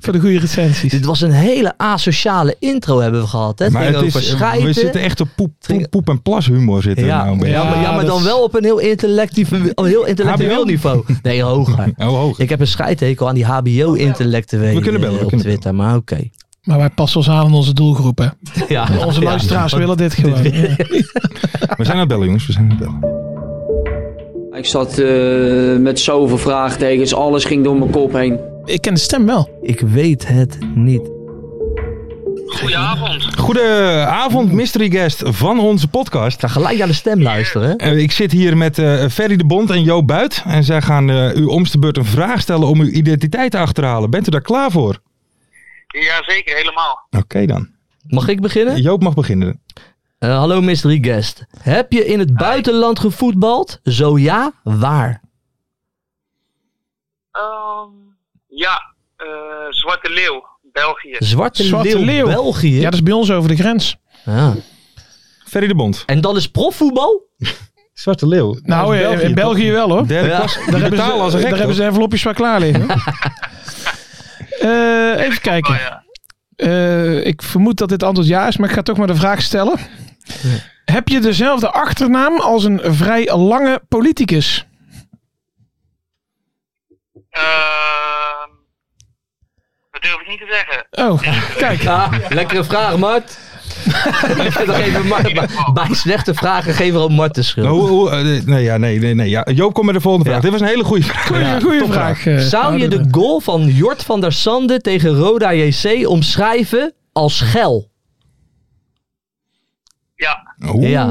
G: Voor de goede recensies.
H: Dit was een hele asociale intro hebben we gehad. Hè? Het
F: Maar
H: ging
F: het
H: over
F: is, we
H: schijten.
F: zitten echt op poep,
H: ging-
F: poep, poep en plas humor zitten. we
H: ja,
F: nou een beetje.
H: ja, maar, ja, maar
G: dat
H: dan
G: is-
H: wel op een heel, intellectueel- een heel intellectueel
F: HBO?
H: niveau. Nee, hoger.
F: Oh, hoog.
H: Ik heb een scheidhekel aan die HBO-intellectuelen
F: We kunnen bellen, we
H: op
F: kunnen
H: Twitter, maar oké.
G: Maar wij passen ons aan aan onze doelgroep. Hè.
H: Ja,
G: Onze
H: ja.
G: luisteraars willen dit gewoon. Ja.
F: We zijn aan het bellen, jongens. We zijn aan het bellen.
I: Ik zat eh, met zoveel vraagtekens, alles ging door mijn kop heen.
G: Ik ken de stem wel.
H: Ik weet het niet.
F: Goedenavond, mystery guest van onze podcast.
H: Ik ga gelijk naar de stem luisteren. hè.
F: Eh, Ik zit hier met eh, Ferry de Bond en Jo Buit. En zij gaan eh, u omste beurt een vraag stellen om uw identiteit te achterhalen. Bent u daar klaar voor?
K: Jazeker, helemaal.
F: Oké dan.
H: Mag ik beginnen?
F: Joop mag beginnen.
H: Eh, hallo mystery guest. Heb je in het buitenland gevoetbald? Zo ja, waar?
K: Ehm, ja, eh, Zwarte Leeuw, België.
H: Zwarte,
G: Zwarte
H: Leeuw,
G: Leeuw.
H: België.
G: Ja, dat is bij ons over de grens.
H: Ah.
F: Ferry de Bond.
H: En dan is profvoetbal?
F: Zwarte Leeuw.
G: Nou, eh, in België wel hoor.
F: Derde
H: Ja. (laughs)
F: klas.
G: Daar
F: Die
G: hebben, ze,
F: betalen als een
G: daar
F: gek.
G: hebben
F: toch?
G: ze envelopjes waar klaar liggen. Eh, even
L: Oh,
G: kijken. Eh, ik vermoed dat dit antwoord ja is, maar ik ga toch maar de vraag stellen. Heb je dezelfde achternaam als een vrij lange politicus?
K: Ehm,
L: durf ik niet te zeggen.
G: Oh, kijk.
H: Ah, lekkere vraag,
G: (laughs)
H: Mart. Dan geven we Mart- maar bij slechte vragen geven we ook Mart de schuld.
F: Nou, hoe- hoe- eh, nee, ja, nee, nee, nee. Ja. Joop, kom met de volgende vraag. Dit was een hele goede vraag.
G: Goeie,
F: Ja,
G: goeie
F: topvraag.
G: vraag. eh,
H: Zou je de
G: Boudewijn.
H: goal van Jort van der Sande tegen Roda JC omschrijven als geil?
L: Ja,
F: Oeh.
H: Ja.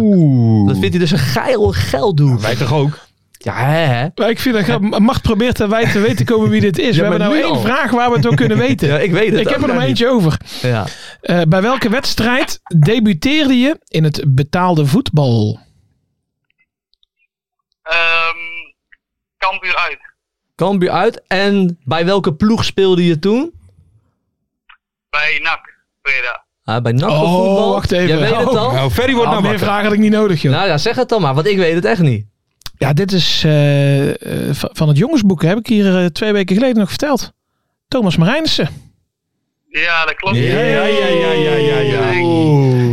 H: Dat vindt hij dus een geil geil
F: Wij toch ook?
H: Ja, hè, hè?
G: Maar ik vind dat grap- Macht probeert aan wij te weten komen wie dit is.
H: Ja,
G: we hebben
H: maar
G: nou
H: nu
G: één
H: al.
G: vraag waar we het door kunnen weten.
H: Ja, ik weet het
G: ik
H: ook
G: heb er nog
H: nou
G: eentje over.
H: niet. Ja.
G: Eh, bij welke wedstrijd debuteerde je in het betaalde voetbal?
L: ehm Kambuur uit.
H: Cambuur uit. En bij welke ploeg speelde je toen?
L: Bij NAC, Breda.
H: Ah, bij NAC of
G: Oh,
H: voetbal?
G: wacht even.
H: Jij weet het
G: Oh,
H: al?
F: Nou, Ferry wordt
G: Ah,
F: nou
G: meer
F: wakker.
G: vragen had ik niet nodig, joh.
H: Nou ja, zeg het dan maar, want ik weet het echt niet.
G: Ja, dit is eh, eh, van van het jongensboek. Heb ik hier eh, twee weken geleden nog verteld. Thomas Marijnissen.
L: Ja, dat klopt.
F: Ja, ja, ja, ja, ja, ja, ja.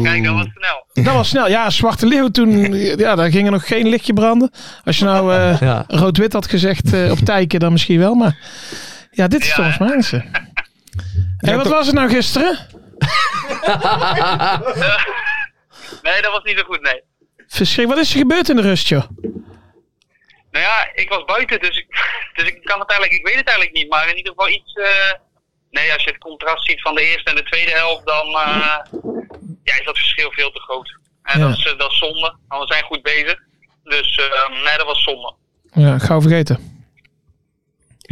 L: Kijk, dat was snel.
G: Dat was snel. Ja, Zwarte Leeuw toen. eh, Ja, daar ging er nog geen lichtje branden. Als je nou eh,
H: (laughs) Ja.
G: rood-wit had gezegd eh, op Tijken, dan misschien wel. Maar ja, dit is
L: Ja.
F: (laughs)
G: Thomas Marijnissen. En wat was het nou gisteren?
L: Nee, dat was niet zo goed, nee.
G: Verschrik, wat is er gebeurd in de rust, joh?
L: Nou ja, ik was buiten, dus ik, (laughs) dus ik kan het eigenlijk, ik weet het eigenlijk niet. Maar in ieder geval iets. eh, nee, als je het contrast ziet van de eerste en de tweede helft, dan eh, ja, is dat verschil veel te groot. En
G: Ja.
L: dat, is, eh, dat is zonde, want we zijn goed bezig. Dus eh, nee, dat was zonde.
G: Ja, gauw vergeten.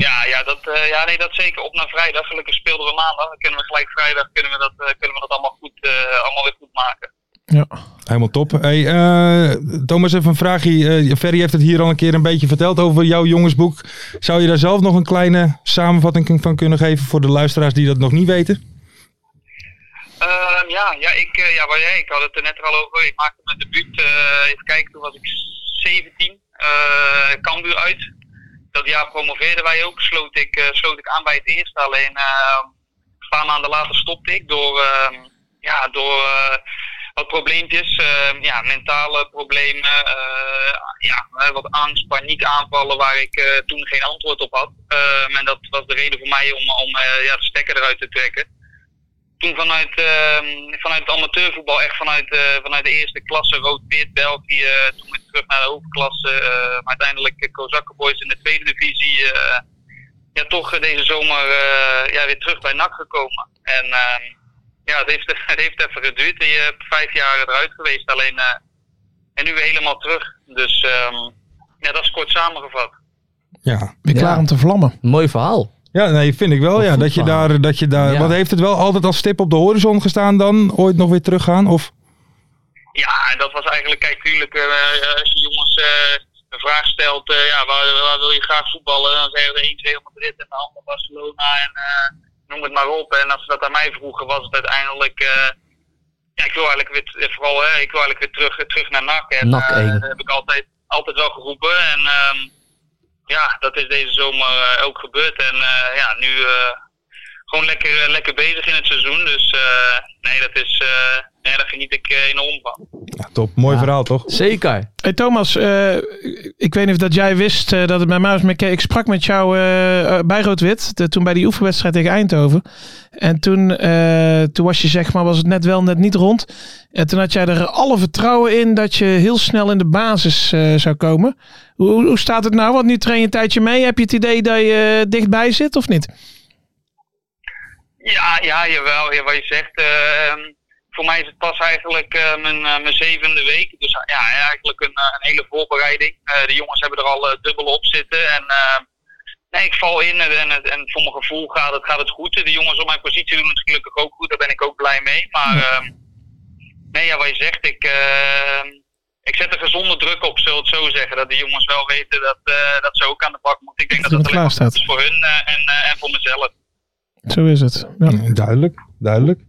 L: Ja, ja, dat, eh, ja nee, dat zeker. Op naar vrijdag. Gelukkig speelden we maandag. Dan kunnen we gelijk vrijdag kunnen we dat, eh, kunnen we dat allemaal, goed, eh, allemaal weer goed maken.
G: Ja.
F: Helemaal top. Hey, eh, Thomas, even een vraagje. Eh, Ferry heeft het hier al een keer een beetje verteld over jouw jongensboek. Zou je daar zelf nog een kleine samenvatting van kunnen geven voor de luisteraars die dat nog niet weten?
L: Ehm, ja, ja, ik, eh, ja, waar jij, ik had het er net al over. Ik maakte mijn debuut, eh, even kijken, toen was ik 17. eh Cambuur uit. Dat jaar promoveerden wij ook. Sloot ik, eh, sloot ik aan bij het eerste. Alleen eh, een paar maanden later stopte ik door, eh, ja, door eh, wat probleempjes. eh, ja, mentale problemen. eh, ja, eh, wat angst, paniekaanvallen waar ik eh, toen geen antwoord op had. Ehm, en dat was de reden voor mij om, om eh, ja, de stekker eruit te trekken toen vanuit, ehm, vanuit het amateurvoetbal, echt vanuit, eh, vanuit de eerste klasse, rood-wit, België, eh, toen weer terug naar de hoofdklasse, eh, maar uiteindelijk uh, Boys in de tweede divisie, eh, ja, toch eh, deze zomer eh, ja, weer terug bij NAC gekomen. En ehm, ja, het heeft, (laughs) het heeft even geduurd. Je hebt vijf jaar eruit geweest, alleen eh, en nu weer helemaal terug. Dus ehm, ja, dat is kort samengevat.
F: Ja.
G: Weer
H: Ja.
G: klaar om te vlammen.
H: Mooi verhaal.
F: Ja, nee, vind ik wel. Ja, dat je
H: voetbal.
F: daar, dat je daar.
H: Ja.
F: Wat heeft het wel altijd als stip op de horizon gestaan dan? Ooit nog weer teruggaan? Of?
L: Ja, en dat was eigenlijk, kijk, tuurlijk, eh, als je jongens eh, een vraag stelt, eh, ja, waar, waar wil je graag voetballen? Dan zeggen de een Real Madrid en de ander Barcelona en eh, noem het maar op. En als ze dat aan mij vroegen, was het uiteindelijk, eh, ja, ik wil eigenlijk weer, eh, vooral, hè, ik wil eigenlijk weer terug, eh, terug naar NAC. En
H: NAC
L: eh,
H: één.
L: dat heb ik altijd, altijd wel geroepen. En ehm, ja, dat is deze zomer eh, ook gebeurd. En eh, ja, nu eh, gewoon lekker, eh, lekker bezig in het seizoen. Dus eh, nee, dat is, eh, nee, daar geniet ik eh, enorm van.
F: Ja, top. Mooi verhaal, toch?
H: Zeker.
G: Hey Thomas, eh, ik weet niet of dat jij wist eh, dat het bij mij was. maar ik- Ik sprak met jou eh, eh, bij Rood-Wit, de- toen bij die oefenwedstrijd tegen Eindhoven. En toen, eh, toen was je zeg maar, was het net wel, net niet rond. En toen had jij er alle vertrouwen in dat je heel snel in de basis eh, zou komen. Hoe, hoe- hoe staat het nou? Want nu train je een tijdje mee. Heb je het idee dat je eh, dichtbij zit of niet?
L: Ja, ja, jawel. Ja, wat je zegt. eh, ehm, voor mij is het pas eigenlijk eh, mijn, eh, mijn zevende week. Dus eh, ja, eigenlijk een, eh, een hele voorbereiding. Eh, de jongens hebben er al eh, dubbel op zitten. En eh, nee, ik val in en, en, het- en voor mijn gevoel gaat het, gaat het goed. De jongens op mijn positie doen het gelukkig ook goed. Daar ben ik ook blij mee. Maar ehm, nee, ja, wat je zegt. Ik, ehm, ik zet er gezonde druk op, zullen we het zo zeggen. Dat de jongens wel weten dat, eh, dat ze ook aan de bak moeten. Ik denk
G: Dat
L: dat
G: er
L: dat
G: iemand
L: alleen maar
G: klaar
L: goed is voor hun eh, en, eh, en voor mezelf.
G: Zo is het. Ja.
F: Mm.
G: Oké.
F: Duidelijk, duidelijk.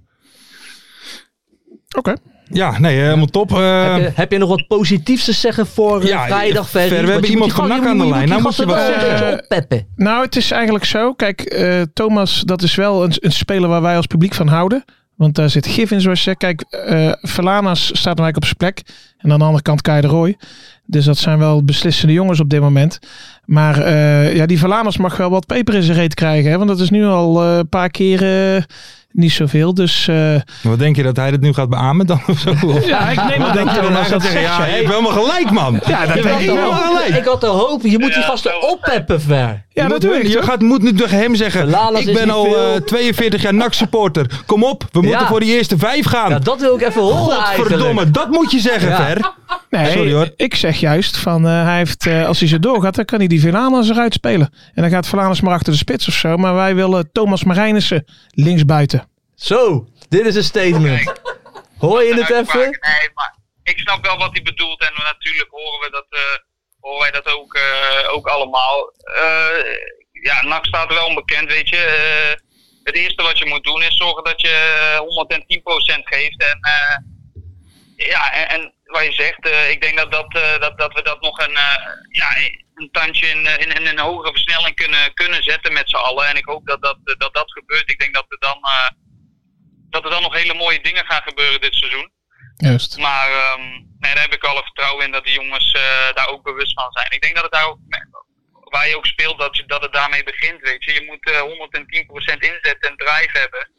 F: Ja, nee, helemaal top. Eh,
H: heb, je, heb je nog wat positiefs te zeggen voor eh,
F: Ja,
H: vrijdag
F: Fer,
H: verder?
F: we hebben iemand van NAC aan de lijn. Nou moet je
H: wel
F: wel-
H: zeggen. dat je oppeppen.
G: Nou, het is eigenlijk zo. Kijk, eh, Thomas, dat is wel een, een speler waar wij als publiek van houden. Want daar zit gif in, zoals je zegt. Kijk, eh Verlanas staat eigenlijk op zijn plek. En aan de andere kant Kai de Roy. Dus dat zijn wel beslissende jongens op dit moment. Maar eh, ja, die Verlanas mag wel wat peper in zijn reet krijgen. Hè? Want dat is nu al eh, een paar keer eh, niet zoveel. Dus eh,
F: Wat denk je dat hij dit nu gaat beamen dan of zo? Of-
G: Ja, ik (laughs) neem
F: Wat
G: aan
F: denk
G: dat
F: je
G: hij
F: dan
G: wel
F: hij gaat
G: zegt,
F: zeggen,
G: ja,
F: ja,
G: hey.
F: ik ben wel gelijk man.
G: Ja, dat
F: Ik
G: denk
F: ben
G: ik
F: wel
G: wel.
F: gelijk.
H: Ik had de hoop, je moet die gasten oppeppen ver.
G: ja,
F: Je
G: dat
F: moet-
G: doe ik
F: Je
G: toch?
F: gaat, moet nu tegen hem zeggen,
H: Verlanas
F: ik
H: is
F: ben
H: niet
F: al
H: veel.
F: eh, 42 jaar NAC-supporter. Kom op, we moeten voor die eerste vijf gaan.
H: Ja, dat wil ik even horen eigenlijk.
F: Godverdomme, dat moet je zeggen,
H: Ja.
F: Ver.
G: Nee,
F: Sorry, hoor.
G: ik zeg juist van eh, hij heeft, eh, als hij zo doorgaat, dan kan hij die Verlanas eruit spelen. En dan gaat Verlanas maar achter de spits of zo. Maar wij willen Thomas Marijnissen linksbuiten.
H: Zo, dit is een statement. Hoor je het even?
L: Nee, maar ik snap wel wat hij bedoelt. En natuurlijk horen, we dat, eh, horen wij dat ook, eh, ook allemaal. Eh, ja, NAC staat wel onbekend, weet je. Eh, het eerste wat je moet doen is zorgen dat je eh, 110% geeft. En, eh, ja, en, en wat je zegt, eh, ik denk dat, dat, eh, dat, dat we dat nog een, eh, ja, een tandje in, eh, in, in een hogere versnelling kunnen, kunnen zetten met z'n allen. En ik hoop dat dat, dat, dat gebeurt. Ik denk dat er, dan, eh, dat er dan nog hele mooie dingen gaan gebeuren dit seizoen.
G: Juist.
L: Maar ehm, nee, daar heb ik alle vertrouwen in dat die jongens eh, daar ook bewust van zijn. Ik denk dat het daar ook, waar je ook speelt, dat, je- dat het daarmee begint. Weet je. je moet eh 110% inzet en drive hebben.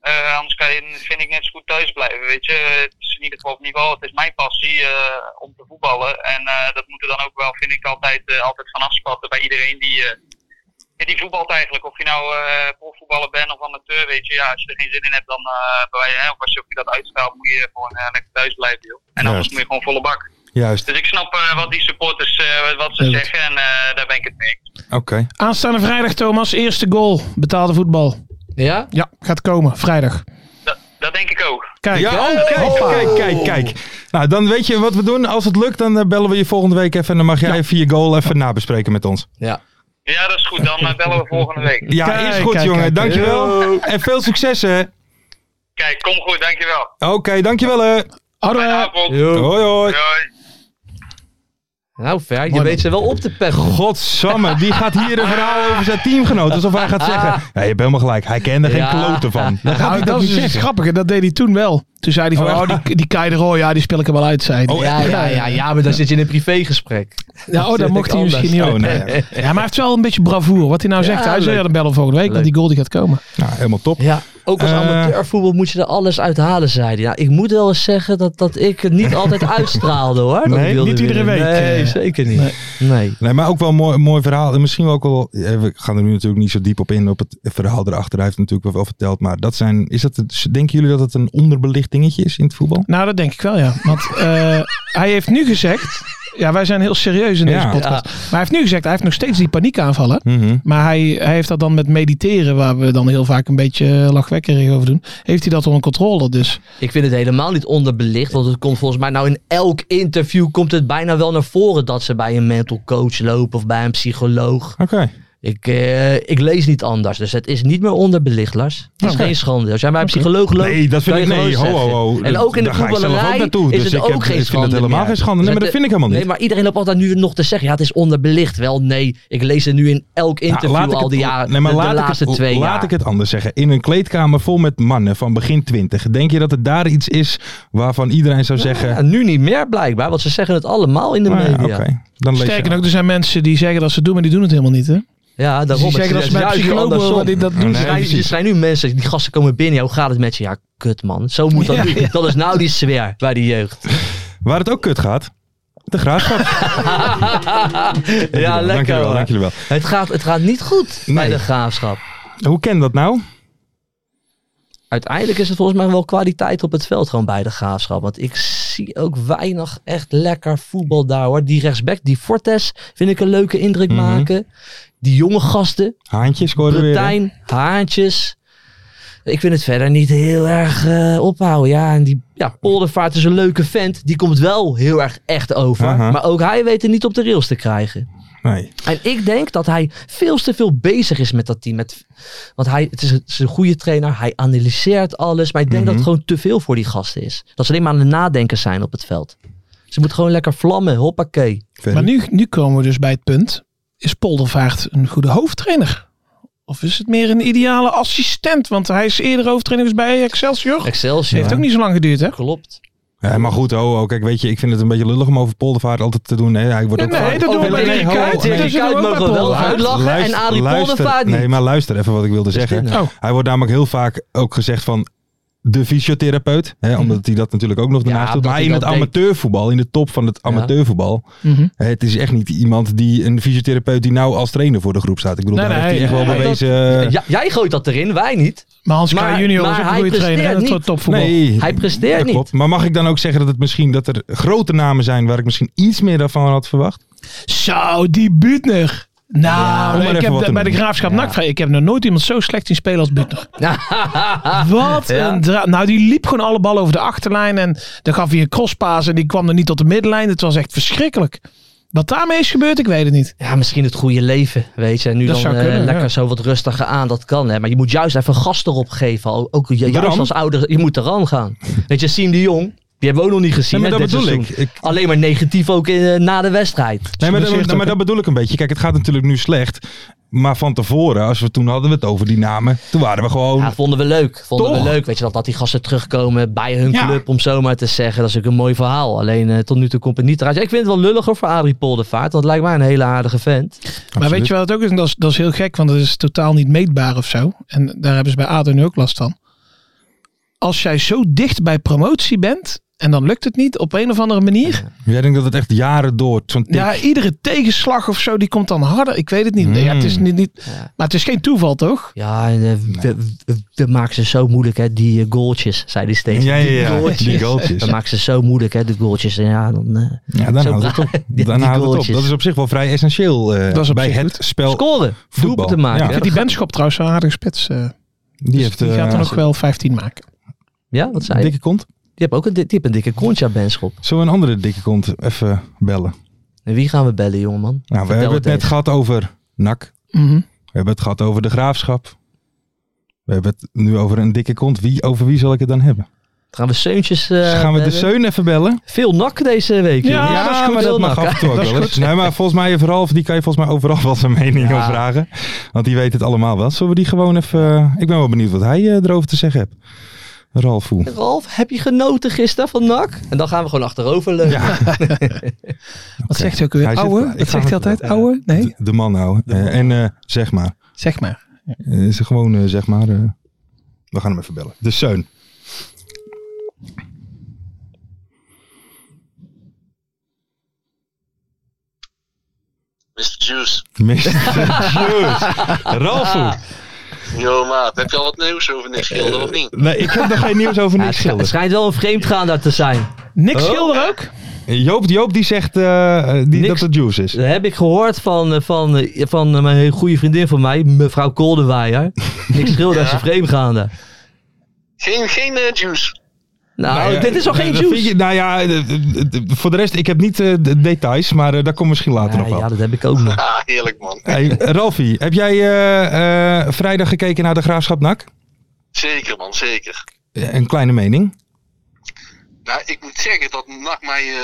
L: Eh, anders kan je, vind ik, net zo goed thuis blijven. Weet je. Het is in ieder geval op niveau. Het is mijn passie eh, om te voetballen. En eh, dat moet er dan ook wel, vind ik, altijd, eh, altijd van afspatten bij iedereen die, eh, ja, die voetbalt eigenlijk. Of je nou eh profvoetballer bent of amateur, weet je. Ja, als je er geen zin in hebt, dan eh, bij wijze- hè, of als je, of je dat uitstraalt, moet je gewoon eh, lekker thuis blijven, joh. En anders
F: Juist.
L: moet je gewoon volle bak.
F: Juist,
L: Dus ik snap eh, wat die supporters eh, wat ze
G: Heel goed.
L: zeggen en eh, daar ben ik het mee.
F: oké.
G: Aanstaande vrijdag, Thomas. Eerste goal. Betaalde voetbal.
H: Ja?
G: Ja, gaat komen. Vrijdag.
L: Dat, dat denk ik ook.
G: Kijk,
F: Ja, oh, kijk, kijk, kijk, kijk. Nou, dan weet je wat we doen. Als het lukt, dan eh, bellen we je volgende week even. En dan mag jij even je goal even nabespreken met ons.
H: Ja.
L: Ja, dat is goed. Dan eh, bellen we volgende week.
F: Ja,
G: Kijk,
F: is goed,
G: kijk,
F: jongen.
G: kijk.
F: dankjewel.
H: eh.
F: En veel succes, hè. Oké,
L: Kijk, kom goed. Dankjewel.
F: dankjewel, hè.
G: Houdoe.
L: Fijne avond.
F: Hoi, hoi.
L: Doei.
H: Nou, ver, je
G: Mooi,
H: weet ze wel op te peppen.
F: Godsamme, die gaat hier een verhaal over zijn teamgenoot. Alsof hij gaat zeggen, ja, je hebt helemaal gelijk. Hij kende geen
H: Ah. Ja.
F: kloten van.
H: (laughs)
F: Dan gaat
G: Nou,
F: hij
G: dat
F: niet
G: is het
F: zeggen.
G: grappige. Dat deed hij toen wel. Toen zei hij van,
F: Oh,
G: oh,
F: echt?
G: die, die Kai de Roy, ja, die speel ik er wel uit, zei hij.
H: ja, ja, ja, ja, maar dan zit je in een privégesprek.
G: Ja, oh,
H: Dat
G: dat
H: is
G: mocht hij
H: anders.
G: misschien niet.
F: Oh,
G: ook.
F: nee.
G: Ja, maar hij heeft wel een beetje bravoer. Wat hij nou zegt, hij zei,
H: leuk.
G: ja, dan bellen we volgende week, want die goal die gaat komen.
F: Nou, helemaal top.
H: Ja, ook als
F: Eh.
H: amateurvoetbal moet je er alles uit halen, zei hij. Ja, ik moet wel eens zeggen dat, dat ik het niet altijd uitstraalde hoor. dat
F: Nee,
H: ik wilde
F: niet iedere
H: winnen.
F: week.
H: Nee,
F: Eh.
H: zeker niet. Nee.
F: Nee, maar ook wel een mooi, mooi verhaal. En misschien ook wel. eh, We gaan er nu natuurlijk niet zo diep op in op het verhaal erachter. Hij heeft natuurlijk wel verteld. Maar dat zijn. Is dat het, denken jullie dat het een onderbelicht dingetje is in het voetbal?
G: Nou, dat denk ik wel, ja. Want eh, hij heeft nu gezegd... Ja, wij zijn heel serieus in deze
F: Ja.
G: podcast. Maar hij heeft nu gezegd, hij heeft nog steeds die paniekaanvallen.
F: Mhm.
G: Maar hij, hij heeft dat dan met mediteren, waar we dan heel vaak een beetje eh, lachwekkerig over doen. Heeft hij dat onder controle dus.
H: Ik vind het helemaal niet onderbelicht, want het komt volgens mij nou in elk interview komt het bijna wel naar voren dat ze bij een mental coach lopen of bij een psycholoog.
F: Oké. Nou,
H: Ik, eh, ik lees niet anders, dus het is niet meer onderbelicht, Lars. Het is
G: Oh, Oké.
H: geen schande. Als jij bij een psycholoog loopt,
F: Nee, dat vind
H: kan
F: ik
H: je
F: nee.
H: gewoon
F: Ho, ho,
H: zeggen.
F: ho.
H: En
F: Dat-
H: ook in de
F: daar ga ik zelf ook
H: voetballerij
F: naartoe,
H: is
F: dus
H: het
F: ik
H: ook
F: heb-
H: geen
F: ik vind het
H: schande
F: helemaal
H: meer.
F: geen schande. Nee,
H: Dus
F: maar
H: het-
F: dat vind ik helemaal niet.
H: Nee, maar iedereen loopt altijd nu nog te zeggen, ja, het is onderbelicht. Wel, nee, ik lees er nu in elk interview
F: Nou, laat ik
H: al
F: het-
H: die jaren,
F: nee, maar
H: de, de
F: laat ik het-
H: laatste twee
F: Laat
H: jaar.
F: ik het anders zeggen. In een kleedkamer vol met mannen van begin 20. Denk je dat het daar iets is waarvan iedereen zou zeggen.
H: Ja, nu niet meer blijkbaar, want ze zeggen het allemaal in de
F: nou ja,
H: media.
F: Oké. Dan lees
G: Sterker
F: je.
G: nog, er zijn mensen die zeggen dat ze het doen, maar die doen het helemaal niet. Hè?
H: Ja,
G: Dus
H: daarom. Het
G: die zeggen dat
H: is
G: ze bij
H: juist
G: psychologen
H: andersom.
G: maar die dat doen.
F: Nee,
G: ze
H: Er zijn-
G: eigenlijk
H: Er
G: niet.
H: zijn nu mensen, die gasten komen binnen. Ja, hoe gaat het met je? Ja, kut man. Zo moet dat
G: Ja,
H: nu. Dat is nou die sfeer bij die jeugd.
F: Waar het ook kut gaat. De
H: (laughs)
F: graafschap.
H: ja,
F: Dank jullie
H: lekker
F: wel.
H: hoor.
F: Dank jullie wel.
H: Het gaat, het gaat niet goed bij
F: Nee.
H: de graafschap.
F: Hoe ken dat nou?
H: Uiteindelijk is het volgens mij wel kwaliteit op het veld gewoon bij de graafschap. Want ik zie ook weinig echt lekker voetbal daar hoor. Die rechtsback, die Fortes, vind ik een leuke indruk
F: Mhm.
H: maken. Die jonge gasten,
F: Haantje scoorde weer. hè?
H: Brutijn, Haantjes. Ik vind het verder niet heel erg eh, ophouden. Ja, en die ja, Poldervaart is een leuke vent. Die komt wel heel erg echt over.
F: Aha.
H: Maar ook hij weet het niet op de rails te krijgen.
F: Nee.
H: En ik denk dat hij veel te veel bezig is met dat team. Met, want hij het is, een, het is een goede trainer. Hij analyseert alles. Maar ik denk
F: Mhm.
H: dat het gewoon te veel voor die gasten is. Dat ze alleen maar aan het nadenken zijn op het veld. Ze moeten gewoon lekker vlammen. Hoppakee.
F: Verder.
G: Maar nu, nu komen we dus bij het punt. Is Poldervaart een goede hoofdtrainer? Of is het meer een ideale assistent? Want hij is eerder hoofdtrainer geweest bij Excelsior.
H: Excelsior. Oh,
G: Heeft ook niet zo lang geduurd, hè?
H: Klopt.
F: Ja, maar goed, ho, ho, kijk, weet je, ik vind het een beetje lullig om over Poldervaart altijd te doen. Nee, hij wordt
G: Ja,
F: ook
G: nee,
F: vaak-
G: dat doen we
F: Oh,
G: bij Dirk
F: ho,
G: Kuyt.
F: nee.
G: Dirk Kuyt
H: mogen we wel uitlachen
F: Luister-
H: en Arie
F: luister-
H: Poldervaart niet.
F: Nee, maar luister even wat ik wilde zeggen.
G: Oh,
H: dit nou?
F: Hij wordt namelijk heel vaak ook gezegd van de fysiotherapeut. Hè, omdat hij dat natuurlijk ook nog daarnaast doet.
H: omdat
F: Maar
H: hij
F: in het
H: dat deed.
F: amateurvoetbal, in de top van het amateurvoetbal.
G: Mhm.
F: hè, Het is echt niet iemand die, een fysiotherapeut die nou als trainer voor de groep staat. Ik bedoel,
G: Nee,
F: daar heeft
G: nee,
F: hij echt wel
G: nee,
F: bewezen...
H: Ja, jij gooit dat erin, wij (laughs) niet.
G: Maar Hans
H: Maar-
G: Kraaij junior
H: maar
G: is ook een
H: hij
G: goede trainer. hè?
H: presteert
G: Dat
H: niet.
G: wordt topvoetbal.
F: Nee,
H: Hij presteert
F: dat
H: niet.
F: klopt. Maar mag ik dan ook zeggen dat het misschien dat er grote namen zijn waar ik misschien iets meer daarvan had verwacht?
G: Zo, die Buutner. Nou,
F: Ja, om maar
G: ik
F: even
G: heb
F: wat
G: de-
F: te
G: bij de
F: noemen.
G: Graafschap NAC vrij- Ik heb nog nooit iemand zo slecht zien spelen als Buutner. Wat
H: Ja.
G: een dra- Nou, die liep gewoon alle ballen over de achterlijn. En dan gaf hij een crosspaas en die kwam er niet tot de middenlijn. Het was echt verschrikkelijk. Wat daarmee is gebeurd, ik weet het niet.
H: Ja, misschien het goede leven, weet je. En nu
G: Dat
H: dan
G: zou
H: eh,
G: kunnen,
H: lekker
G: ja.
H: zo wat rustiger aan, dat kan. Hè. Maar je moet juist even gas erop geven. Ook, ook ju- juist
F: Ram?
H: als ouder, je moet er aan gaan. Weet je, Siem de Jong, die hebben we ook nog niet gezien.
F: Nee, maar
H: hè,
F: dat
H: dit
F: bedoel
H: seizoen.
F: ik. Ik-
H: Alleen maar negatief ook eh, na de wedstrijd.
F: Nee, maar,
G: Dus je
F: dat,
G: zegt
F: maar
G: ook-
F: dat bedoel ik een beetje. Kijk, het gaat natuurlijk nu slecht. Maar van tevoren, als we toen hadden we het over die namen, toen waren we gewoon.
H: Ja, vonden we leuk. Vonden
F: Toch?
H: we leuk, weet je, dat, dat die gasten terugkomen bij hun
F: Ja.
H: club, om zo maar te zeggen. Dat is ook een mooi verhaal. Alleen eh, tot nu toe komt het niet eruit. Ja, Ik vind het wel lulliger voor Adrie Poldervaart, want het lijkt mij een hele aardige vent.
G: Maar weet
F: Absoluut.
G: je wat het ook is? En Dat is, dat is heel gek, want dat is totaal niet meetbaar of zo. En daar hebben ze bij ADO nu ook last van. Als jij zo dicht bij promotie bent en dan lukt het niet op een of andere manier.
F: Jij denkt dat het echt jaren door zo'n tik.
G: Ja, iedere tegenslag of zo, die komt dan harder. Ik weet het niet. Nee, ja, het is
F: Hmm.
G: niet, niet, maar het is geen toeval, toch?
H: Ja, en, eh, we, we- we maken ze zo moeilijk, hè, die eh, goaltjes, zei hij steeds.
F: ja,
H: Die
F: ja, ja.
H: goaltjes.
F: Die goaltjes.
H: We maken ze zo moeilijk, hè, de goaltjes. En ja, dan, eh,
F: Ja, dan
H: Zo
F: houdt het
H: braaf.
F: op.
H: (laughs) Die-
F: Dan
H: die
F: houdt het op.
H: goaltjes.
F: Dat is op zich wel vrij essentieel eh,
G: Dat is op
F: bij
G: zich
F: het
G: goed.
F: spel.
H: scoren.
F: voetbal.
H: Doelpunten
F: Ja.
H: maken. Ja.
G: Ik vind die Benschop trouwens wel een aardige spits. eh.
F: Die
G: Dus
F: heeft
G: die
F: eh,
G: gaat er nog wel 15 maken.
H: ja, wat
F: een
H: zei je?
F: dikke kont.
H: Die hebben ook een, di- die hebben een dikke kontja benschop.
F: Zullen we een andere dikke kont even bellen?
H: En wie gaan we bellen, jongeman?
F: Nou, we
H: Vertel
F: hebben het net
H: eens.
F: gehad over NAC.
G: Mhm.
F: We hebben het gehad over de graafschap. We hebben het nu over een dikke kont. Wie, over wie zal ik het dan hebben? Dus
H: Gaan we Seuntjes... eh,
F: Gaan we de
H: bellen?
F: Seun even bellen?
H: Veel nak deze week.
G: Ja,
H: jongen.
G: dat is goed.
F: maar
H: Veel
F: dat mag
H: nak,
F: af en toe ook
G: Dat is
F: wel eens. Nee, maar volgens mij vooral, die kan je volgens mij overal wel zijn mening
H: Ja.
F: over vragen. Want die weet het allemaal wel. Zullen we die gewoon even... eh, ik ben wel benieuwd wat hij eh, erover te zeggen hebt. Ralf hoe?
H: hè? (laughs) Ralf, heb je genoten gisteren van nak? En dan gaan we gewoon achterover leunen.
F: Ja,
G: Wat zegt hij ook weer?
F: Hij zit-
G: Ouwe?
F: ik
G: Wat
F: ga
G: zegt hij
F: met-
G: altijd?
F: eh,
G: Ouwe?
F: de,
G: Nee?
F: de man nou. Eh, en eh, zeg maar.
G: Zeg maar.
F: Eh, is er gewoon eh, zeg maar... eh, we gaan hem even bellen. De Seun.
L: Mr. Juice.
F: Mr. (laughs) Juice. Ralf hoe?
L: Yo maat, heb je al wat nieuws over Nick Schilder of niet?
F: Nee, ik heb nog geen nieuws over
H: het
F: niks
H: sch-
F: schilderen.
H: het schijnt wel een vreemdgaander te zijn.
G: Niks
H: Oh.
G: schilder ook?
F: Joop, Joop die zegt eh, eh, die,
H: Niks. Nou,
F: dat het juice is.
H: Dat heb ik gehoord van, eh, van, eh, van eh, mijn goede vriendin van mij, mevrouw
F: (laughs)
H: Koldenweijer. Nick Schilder is een vreemdgaande.
L: Geen, geen eh, juice.
H: Nou,
F: Nou ja,
H: dit is al
F: nee,
H: geen
F: dat
H: juice.
F: vind je- nou ja, eh, eh, eh, voor de rest, ik heb niet eh, de details, maar eh, daar komt misschien later
H: Ja,
F: nog wel.
H: ja, dat heb ik ook
F: (laughs)
H: nog.
L: Ah, heerlijk man.
F: Hey, Ralfie, heb jij eh, eh, vrijdag gekeken naar de Graafschap NAC?
L: Zeker man, zeker.
F: Eh, Een kleine mening.
L: Nou, ik moet zeggen dat NAC mij eh,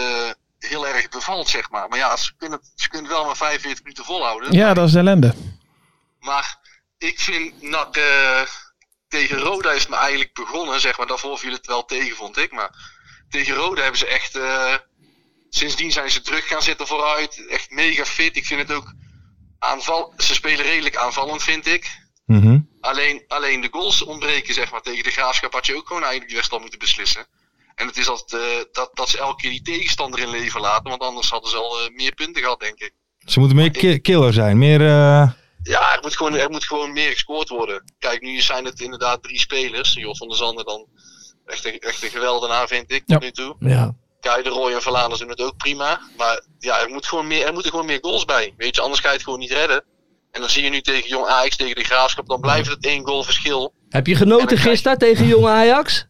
L: heel erg bevalt, zeg maar. Maar ja, ze kunnen, het- ze kunnen het wel maar 45 minuten volhouden.
G: Ja, dat is de ellende.
L: Maar ik vind NAC eh, tegen Roda is het me eigenlijk begonnen, zeg maar. Daarvoor viel het wel tegen, vond ik. Maar tegen Roda hebben ze echt... eh, sindsdien zijn ze terug gaan zitten vooruit. Echt mega fit. Ik vind het ook... Aanval, ze spelen redelijk aanvallend, vind ik.
F: Mhm.
L: Alleen, alleen de goals ontbreken, zeg maar. Tegen de graafschap had je ook gewoon eigenlijk die wedstrijd moeten beslissen. En het is dat, eh, dat, dat ze elke keer die tegenstander in leven laten. Want anders hadden ze al eh, meer punten gehad, denk ik.
F: Ze moeten meer ki- killer zijn. Meer, eh,
L: Ja, er moet, gewoon, er moet gewoon meer gescoord worden. Kijk, nu zijn het inderdaad drie spelers. Jos van der Zanden dan echt een, echt een geweldenaar, vind ik, tot nu toe.
H: Ja.
L: Kai de Roy en Verlanen doen het ook prima. Maar ja, er, moet gewoon meer, er moeten gewoon meer goals bij. Weet je, anders ga je het gewoon niet redden. En dan zie je nu tegen Jong Ajax, tegen de Graafschap, dan blijft het één goal verschil.
H: Heb je genoten gisteren tegen jonge Ajax?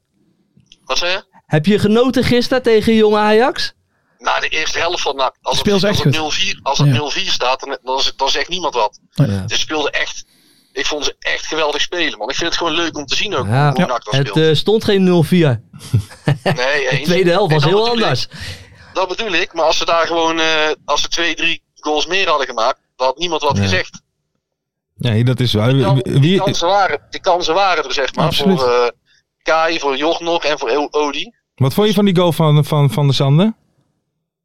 L: Wat zei je?
H: Heb je genoten gisteren tegen jonge Ajax?
L: Na de eerste helft van NAC. Als
G: Speel
L: het,
G: ze
L: als
G: echt
L: het
G: goed.
L: 0-4 als het
G: Ja.
L: 0-4 staat, dan, dan, is- dan zegt niemand wat.
G: Ja.
L: Ze speelden echt... Ik vond ze echt geweldig spelen, man. Ik vind het gewoon leuk om te zien ook,
H: Ja.
L: hoe NAC dat speelt.
H: Het eh, stond geen 0-4.
L: nee,
H: De
L: eens.
H: tweede helft
L: En
H: was
L: dat
H: heel
L: bedoel ik-
H: anders.
L: dat bedoel ik. Maar als ze daar gewoon... eh, als ze twee, drie goals meer hadden gemaakt, dan had niemand wat gezegd.
F: Nee, dat is waar.
L: Die, kan-
F: Wie-
L: die
F: wie-
L: kansen waren, die kansen waren er, zeg maar.
F: Absoluut.
L: Voor eh Kai, voor Joch nog en voor El- Odi.
F: Wat vond je van die goal van, van, van de Sander?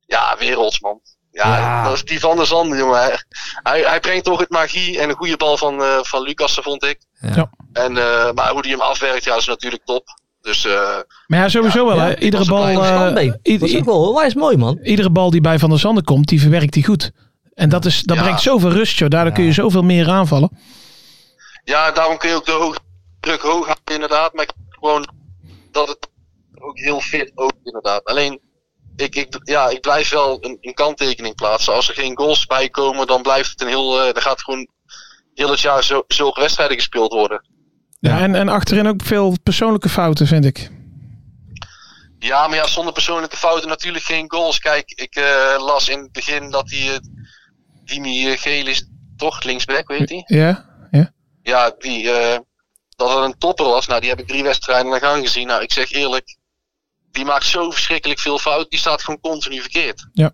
L: Ja, werelds, man. Ja, dat is die van der Zanden, jongen. Hij- Hij, hij brengt toch het magie en een goede bal van, eh van Lucassen, vond ik.
G: Ja.
L: En, eh, maar hoe die hem afwerkt, ja, is natuurlijk top. Dus eh,
G: Maar ja, sowieso wel.
L: ja,
G: hè.
L: ik
G: Iedere
L: was er blij
G: bal.
L: mee.
G: eh,
L: Stand mee.
G: ied-
L: Dat is ook
H: wel wijs mooi, man.
G: Iedere bal die bij Van der Zanden komt, die verwerkt hij goed. En dat, is, dat
L: Ja.
G: brengt zoveel rust, joh. Daardoor kun je zoveel meer aanvallen.
L: ja, daarom kun je ook de hoog, druk hoog houden, inderdaad. Maar ik vind gewoon dat het ook heel fit ook inderdaad. Alleen, ik, ik, ja, ik blijf wel een, een kanttekening plaatsen. Als er geen goals bij komen, dan blijft het een heel. eh dan gaat gewoon heel het jaar zo, zulke wedstrijden gespeeld worden.
G: Ja. en, en achterin ook veel persoonlijke fouten, vind ik.
L: Ja, maar ja, zonder persoonlijke fouten natuurlijk geen goals. Kijk, ik eh, las in het begin dat die, eh, Dimi eh, Geel is toch linksback, weet hij?
G: Ja, ja.
L: Ja, die, eh, dat het een topper was. Nou, die heb ik drie wedstrijden aan de gang gezien. Nou, ik zeg eerlijk, die maakt zo verschrikkelijk veel fout. Die staat gewoon continu verkeerd.
G: Ja,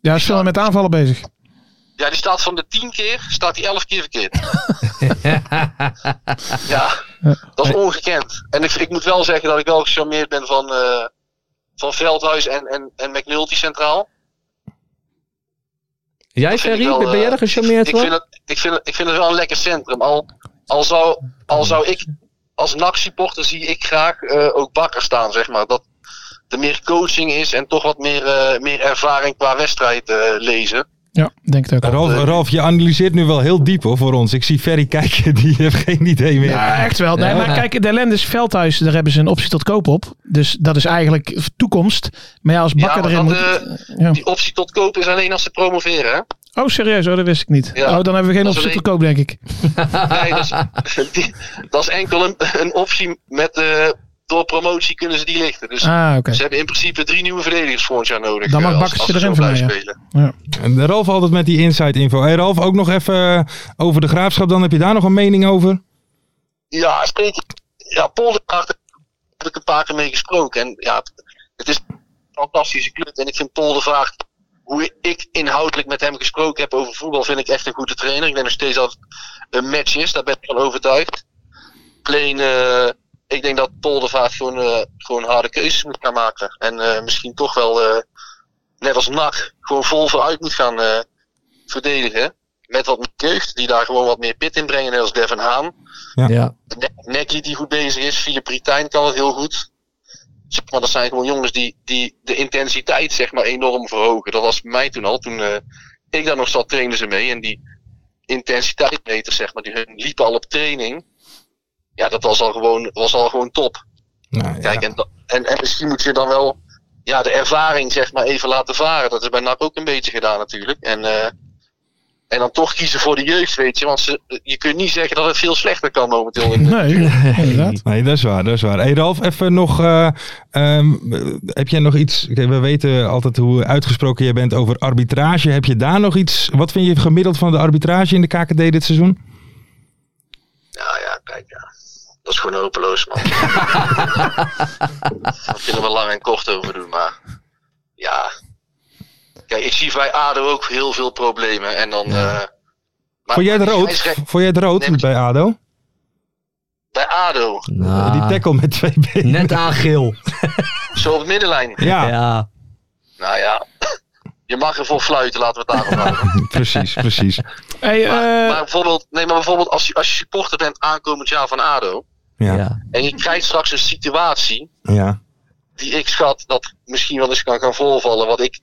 G: ja is veel met aanvallen bezig.
L: Ja, die staat van de tien keer, staat die elf keer verkeerd. ja, dat is ongekend. En ik, ik moet wel zeggen dat ik wel gecharmeerd ben van, eh, van Veldhuis en, en, en McNulty Centraal.
H: Jij,
L: vind ik
H: Ferry,
L: wel,
H: ben ben jij
L: eh,
H: er gecharmeerd
L: ik,
H: van?
L: vind het, ik, vind het, ik vind het wel een lekker centrum. Al, al, zou, al zou ik als NAC-supporter zie ik graag eh, ook Bakker staan, zeg maar. Dat er meer coaching is en toch wat meer, eh, meer ervaring qua wedstrijd eh, lezen.
G: Ja, denk het ook.
F: Ralf, Ralf, je analyseert nu wel heel diep hoor, voor ons. Ik zie Ferry kijken, (laughs) die heeft geen idee meer.
G: Ja, echt wel. Nee, maar kijk, de ellende is Veldhuis, daar hebben ze een optie tot koop op. Dus dat is eigenlijk toekomst. Maar ja, als Bakker
L: maar
G: erin moet...
L: dat, eh, Die optie tot koop is alleen als ze promoveren, hè?
G: Oh, serieus? Oh, dat wist ik niet.
L: Ja.
G: oh, dan hebben we geen
L: Dat
G: optie
L: is
G: tot koop, denk ik.
L: Nee, dat is, (laughs) die- dat is enkel een, een optie met... eh, door promotie kunnen ze die lichten. Dus
G: Ah, oké.
L: ze hebben in principe drie nieuwe verdedigers volgend jaar nodig.
F: Dan mag
L: eh, als-
F: Bakker
L: als
F: ze
L: ze
F: erin
L: zo
F: voor mij,
L: blijven
F: ja.
L: spelen.
G: Ja.
F: En Ralf altijd met die inside info. Hey Ralf, ook nog even eh, over de graafschap. Dan heb je daar nog een mening over?
L: Ja, zeker. Ja, Poldervaart heb ik een paar keer mee gesproken. En ja, het is een fantastische club. En ik vind Poldervaart, hoe ik inhoudelijk met hem gesproken heb over voetbal, vind ik echt een goede trainer. Ik denk nog steeds dat het een match is, daar ben ik van overtuigd. Alleen, eh, ik denk dat Poldervaart gewoon, eh, gewoon harde keuzes moet gaan maken. En eh, misschien toch wel, eh, net als NAC, gewoon vol vooruit moet gaan eh, verdedigen. Met wat meer jeugd, die daar gewoon wat meer pit in brengen, net als Devin Haan.
F: Ja.
L: Ne- Nekkie die goed bezig is. Philip Britijn kan het heel goed. Zeg maar, dat zijn gewoon jongens die, die de intensiteit zeg maar, enorm verhogen. Dat was bij mij toen al. Toen eh, ik daar nog zat, trainen ze mee. En die intensiteitsmeters, zeg maar, die hun liepen al op training. Ja, dat was al gewoon, was al gewoon top.
F: Nou,
L: Kijk, en, da- en, en misschien moet je dan wel ja, de ervaring zeg maar, even laten varen. Dat is bij NAC ook een beetje gedaan natuurlijk. En, eh, en dan toch kiezen voor de jeugd, weet je. Want ze, je kunt niet zeggen dat het veel slechter kan momenteel.
G: Nee, inderdaad.
F: Nee, dat is waar, dat is waar. Hey Ralf, even nog, eh, ehm, heb jij nog iets, Oké, we weten altijd hoe uitgesproken jij bent over arbitrage. Heb je daar nog iets, wat vind je gemiddeld van de arbitrage in de KKD dit seizoen?
L: Nou ja, kijk, ja. dat is gewoon hopeloos,
F: (laughs)
L: man. Daar kunnen we lang en kort over doen, maar ja. Kijk, ik zie bij ADO ook heel veel problemen. En dan, eh, Maar-
F: Vond jij het
L: maar die
F: rood,
L: scheidsrechter-
F: vond jij het rood
L: Nee, maar-
F: bij ADO?
L: bij ADO,
F: Die tackle met twee benen.
H: Nou, Net aan geel.
L: zo op de middenlijn.
F: (laughs) Ja.
L: Nou ja, je mag ervoor fluiten, laten we het daarop houden.
F: precies, precies.
G: Hey, eh,
L: Maar bijvoorbeeld, nee, maar bijvoorbeeld als je, als je supporter bent aankomend jaar van ADO...
F: Ja.
L: en je krijgt straks een situatie
F: Ja.
L: die ik schat dat misschien wel eens kan gaan voorvallen. Wat ik,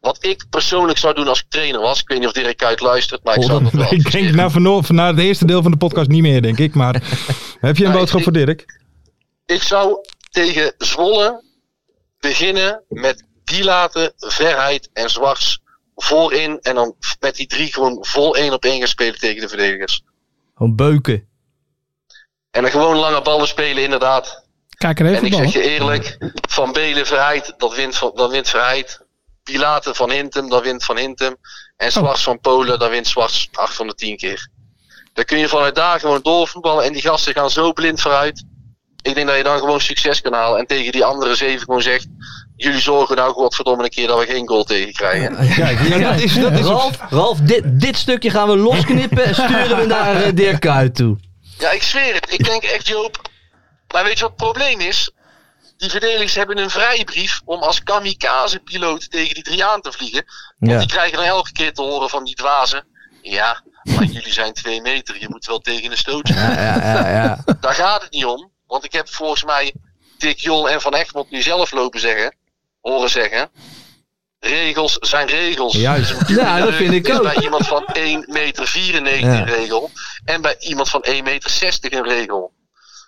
L: wat ik persoonlijk zou doen als ik trainer was. Ik weet niet of Dirk Kuyt luistert, maar ik zou dat wel.
F: Oh, (laughs) Ik denk nou- na, vano- na het eerste deel van de podcast niet meer, denk ik. Maar heb je een boodschap voor Dirk?
L: Ik zou tegen Zwolle beginnen met Dilaten, Verheid en Zwarts voorin. En dan met die drie gewoon vol één op één gaan spelen tegen de verdedigers.
H: Gewoon beuken.
L: En dan gewoon lange ballen spelen, inderdaad.
G: kijk er even
L: en ik
G: voetbal.
L: zeg je eerlijk, Van Belen, Verheid, dat wint, van, dat wint Verheid. Pilaten van Hintem, dat wint van Hintem. En Zwarts van Polen, dat wint Zwarts 8 van de 10 keer. Dan kun je vanuit daar gewoon doorvoetballen. En die gasten gaan zo blind vooruit. Ik denk dat je dan gewoon succes kan halen. En tegen die andere zeven gewoon zegt... jullie zorgen nou godverdomme een keer dat we geen goal tegen krijgen.
F: Kijk, ja,
L: dat is- dat is-
H: Ralf, Ralf, dit, dit stukje gaan we losknippen en sturen we naar eh, Dirk Kuyt toe.
L: Ja, ik zweer het. Ik denk echt, Joop. Maar weet je wat het probleem is? Die verdedigers hebben een vrijbrief om als kamikaze-piloot tegen die drie aan te vliegen. Want
H: Ja.
L: die krijgen dan elke keer te horen van die dwazen. Ja, maar jullie zijn twee meter. Je moet wel tegen een stootje.
H: ja, ja.
L: Daar gaat het niet om. Want ik heb volgens mij Dick Jol en Van Egmond nu zelf lopen zeggen. Horen zeggen. Regels zijn regels.
H: Juist.
L: Dus natuurlijk
H: Ja, dat vind ik
L: is
H: ook.
L: bij iemand van 1,94 meter
H: Ja.
L: een regel. En bij iemand van 1,60 meter een regel.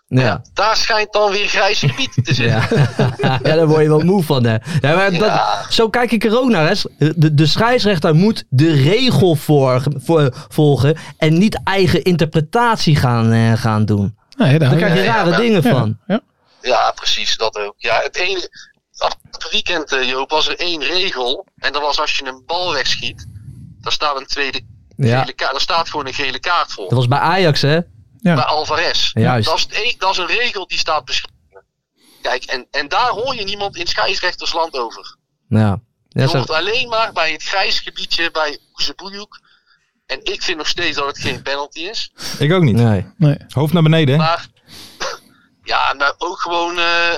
H: Ja.
L: Daar schijnt dan weer grijs gebied te zitten.
H: Ja. ja, daar word je wel moe van. Hè. Ja, maar dat, Zo kijk ik er ook naar. Hè. De, de scheidsrechter moet de regel voor, voor- volgen en niet eigen interpretatie gaan, eh, gaan doen.
G: Nee, daar
H: Dan krijg je rare dingen van.
L: Ja, precies, dat ook. Ja, het enige. Afgelopen weekend, eh, Joop, was er één regel. En dat was als je een bal wegschiet. Dan staat een tweede.
H: Ja.
L: Gele kaart, daar staat gewoon een gele kaart voor.
H: Dat was bij Ajax, hè?
L: Bij Alvarez.
H: Juist.
L: Dat, is het e- dat is een regel die staat beschreven. Kijk, en, en daar hoor je niemand in scheidsrechtersland over.
H: Ja. Ja,
L: Je
H: zo-
L: hoort alleen maar bij het grijs gebiedje bij Oezeboejoek. En ik vind nog steeds dat het geen penalty is.
F: Ik ook niet. Hoofd naar beneden. hè?
L: (laughs) Maar ja, nou ook gewoon. eh,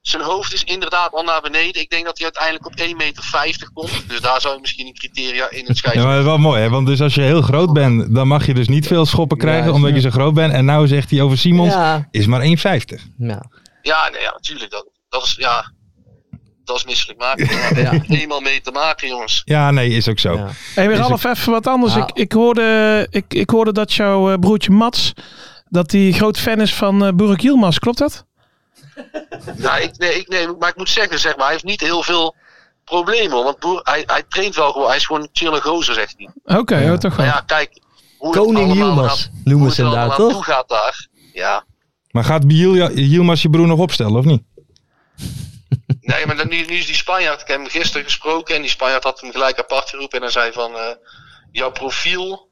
L: zijn hoofd is inderdaad al naar beneden. Ik denk dat hij uiteindelijk op 1,50 meter komt. Dus daar zou je misschien een criteria in het
F: Ja, maar
L: scheidsrechter.
F: dat is wel mooi, hè? Want dus als je heel groot bent, dan mag je dus niet veel schoppen krijgen
L: Juist,
F: omdat
L: ja.
F: je zo groot bent. En nou zegt hij over Simons,
L: Ja.
F: is maar 1,50.
H: Ja,
L: ja, nee, ja natuurlijk. Dat, dat is. Ja, dat is misselijk maken. Daar
F: Ja.
L: heeft eenmaal mee te maken, jongens.
F: Ja, nee, is ook zo.
G: Hey, weer
F: Is
G: Ralf,
F: ook-
G: even wat anders.
F: Ja.
G: Ik, ik, hoorde, ik, ik hoorde dat jouw eh, broertje Mats, dat hij groot fan is van eh Burak Yilmaz. Klopt dat?
L: Nou, ik, nee, ik, nee, maar ik moet zeggen, zeg maar, hij heeft niet heel veel problemen. hoor. Want Boer, hij, hij traint wel gewoon. Hij is gewoon een chille gozer, zegt hij.
G: Oké, oh, toch wel.
L: Maar ja, kijk. Hoe het
H: Koning
L: allemaal
H: Yilmaz
L: aan- hoe
H: noemen
L: het
H: ze
L: er
H: hem daar,
L: allemaal aan
H: toch?
L: toe gaat daar. Ja.
F: Maar gaat Biel- Yilmaz je broer nog opstellen, of niet?
L: Nee, maar dan, nu, nu is die Spanjaard. Ik heb hem gisteren gesproken en die Spanjaard had hem gelijk apart geroepen. En hij zei van, eh, jouw profiel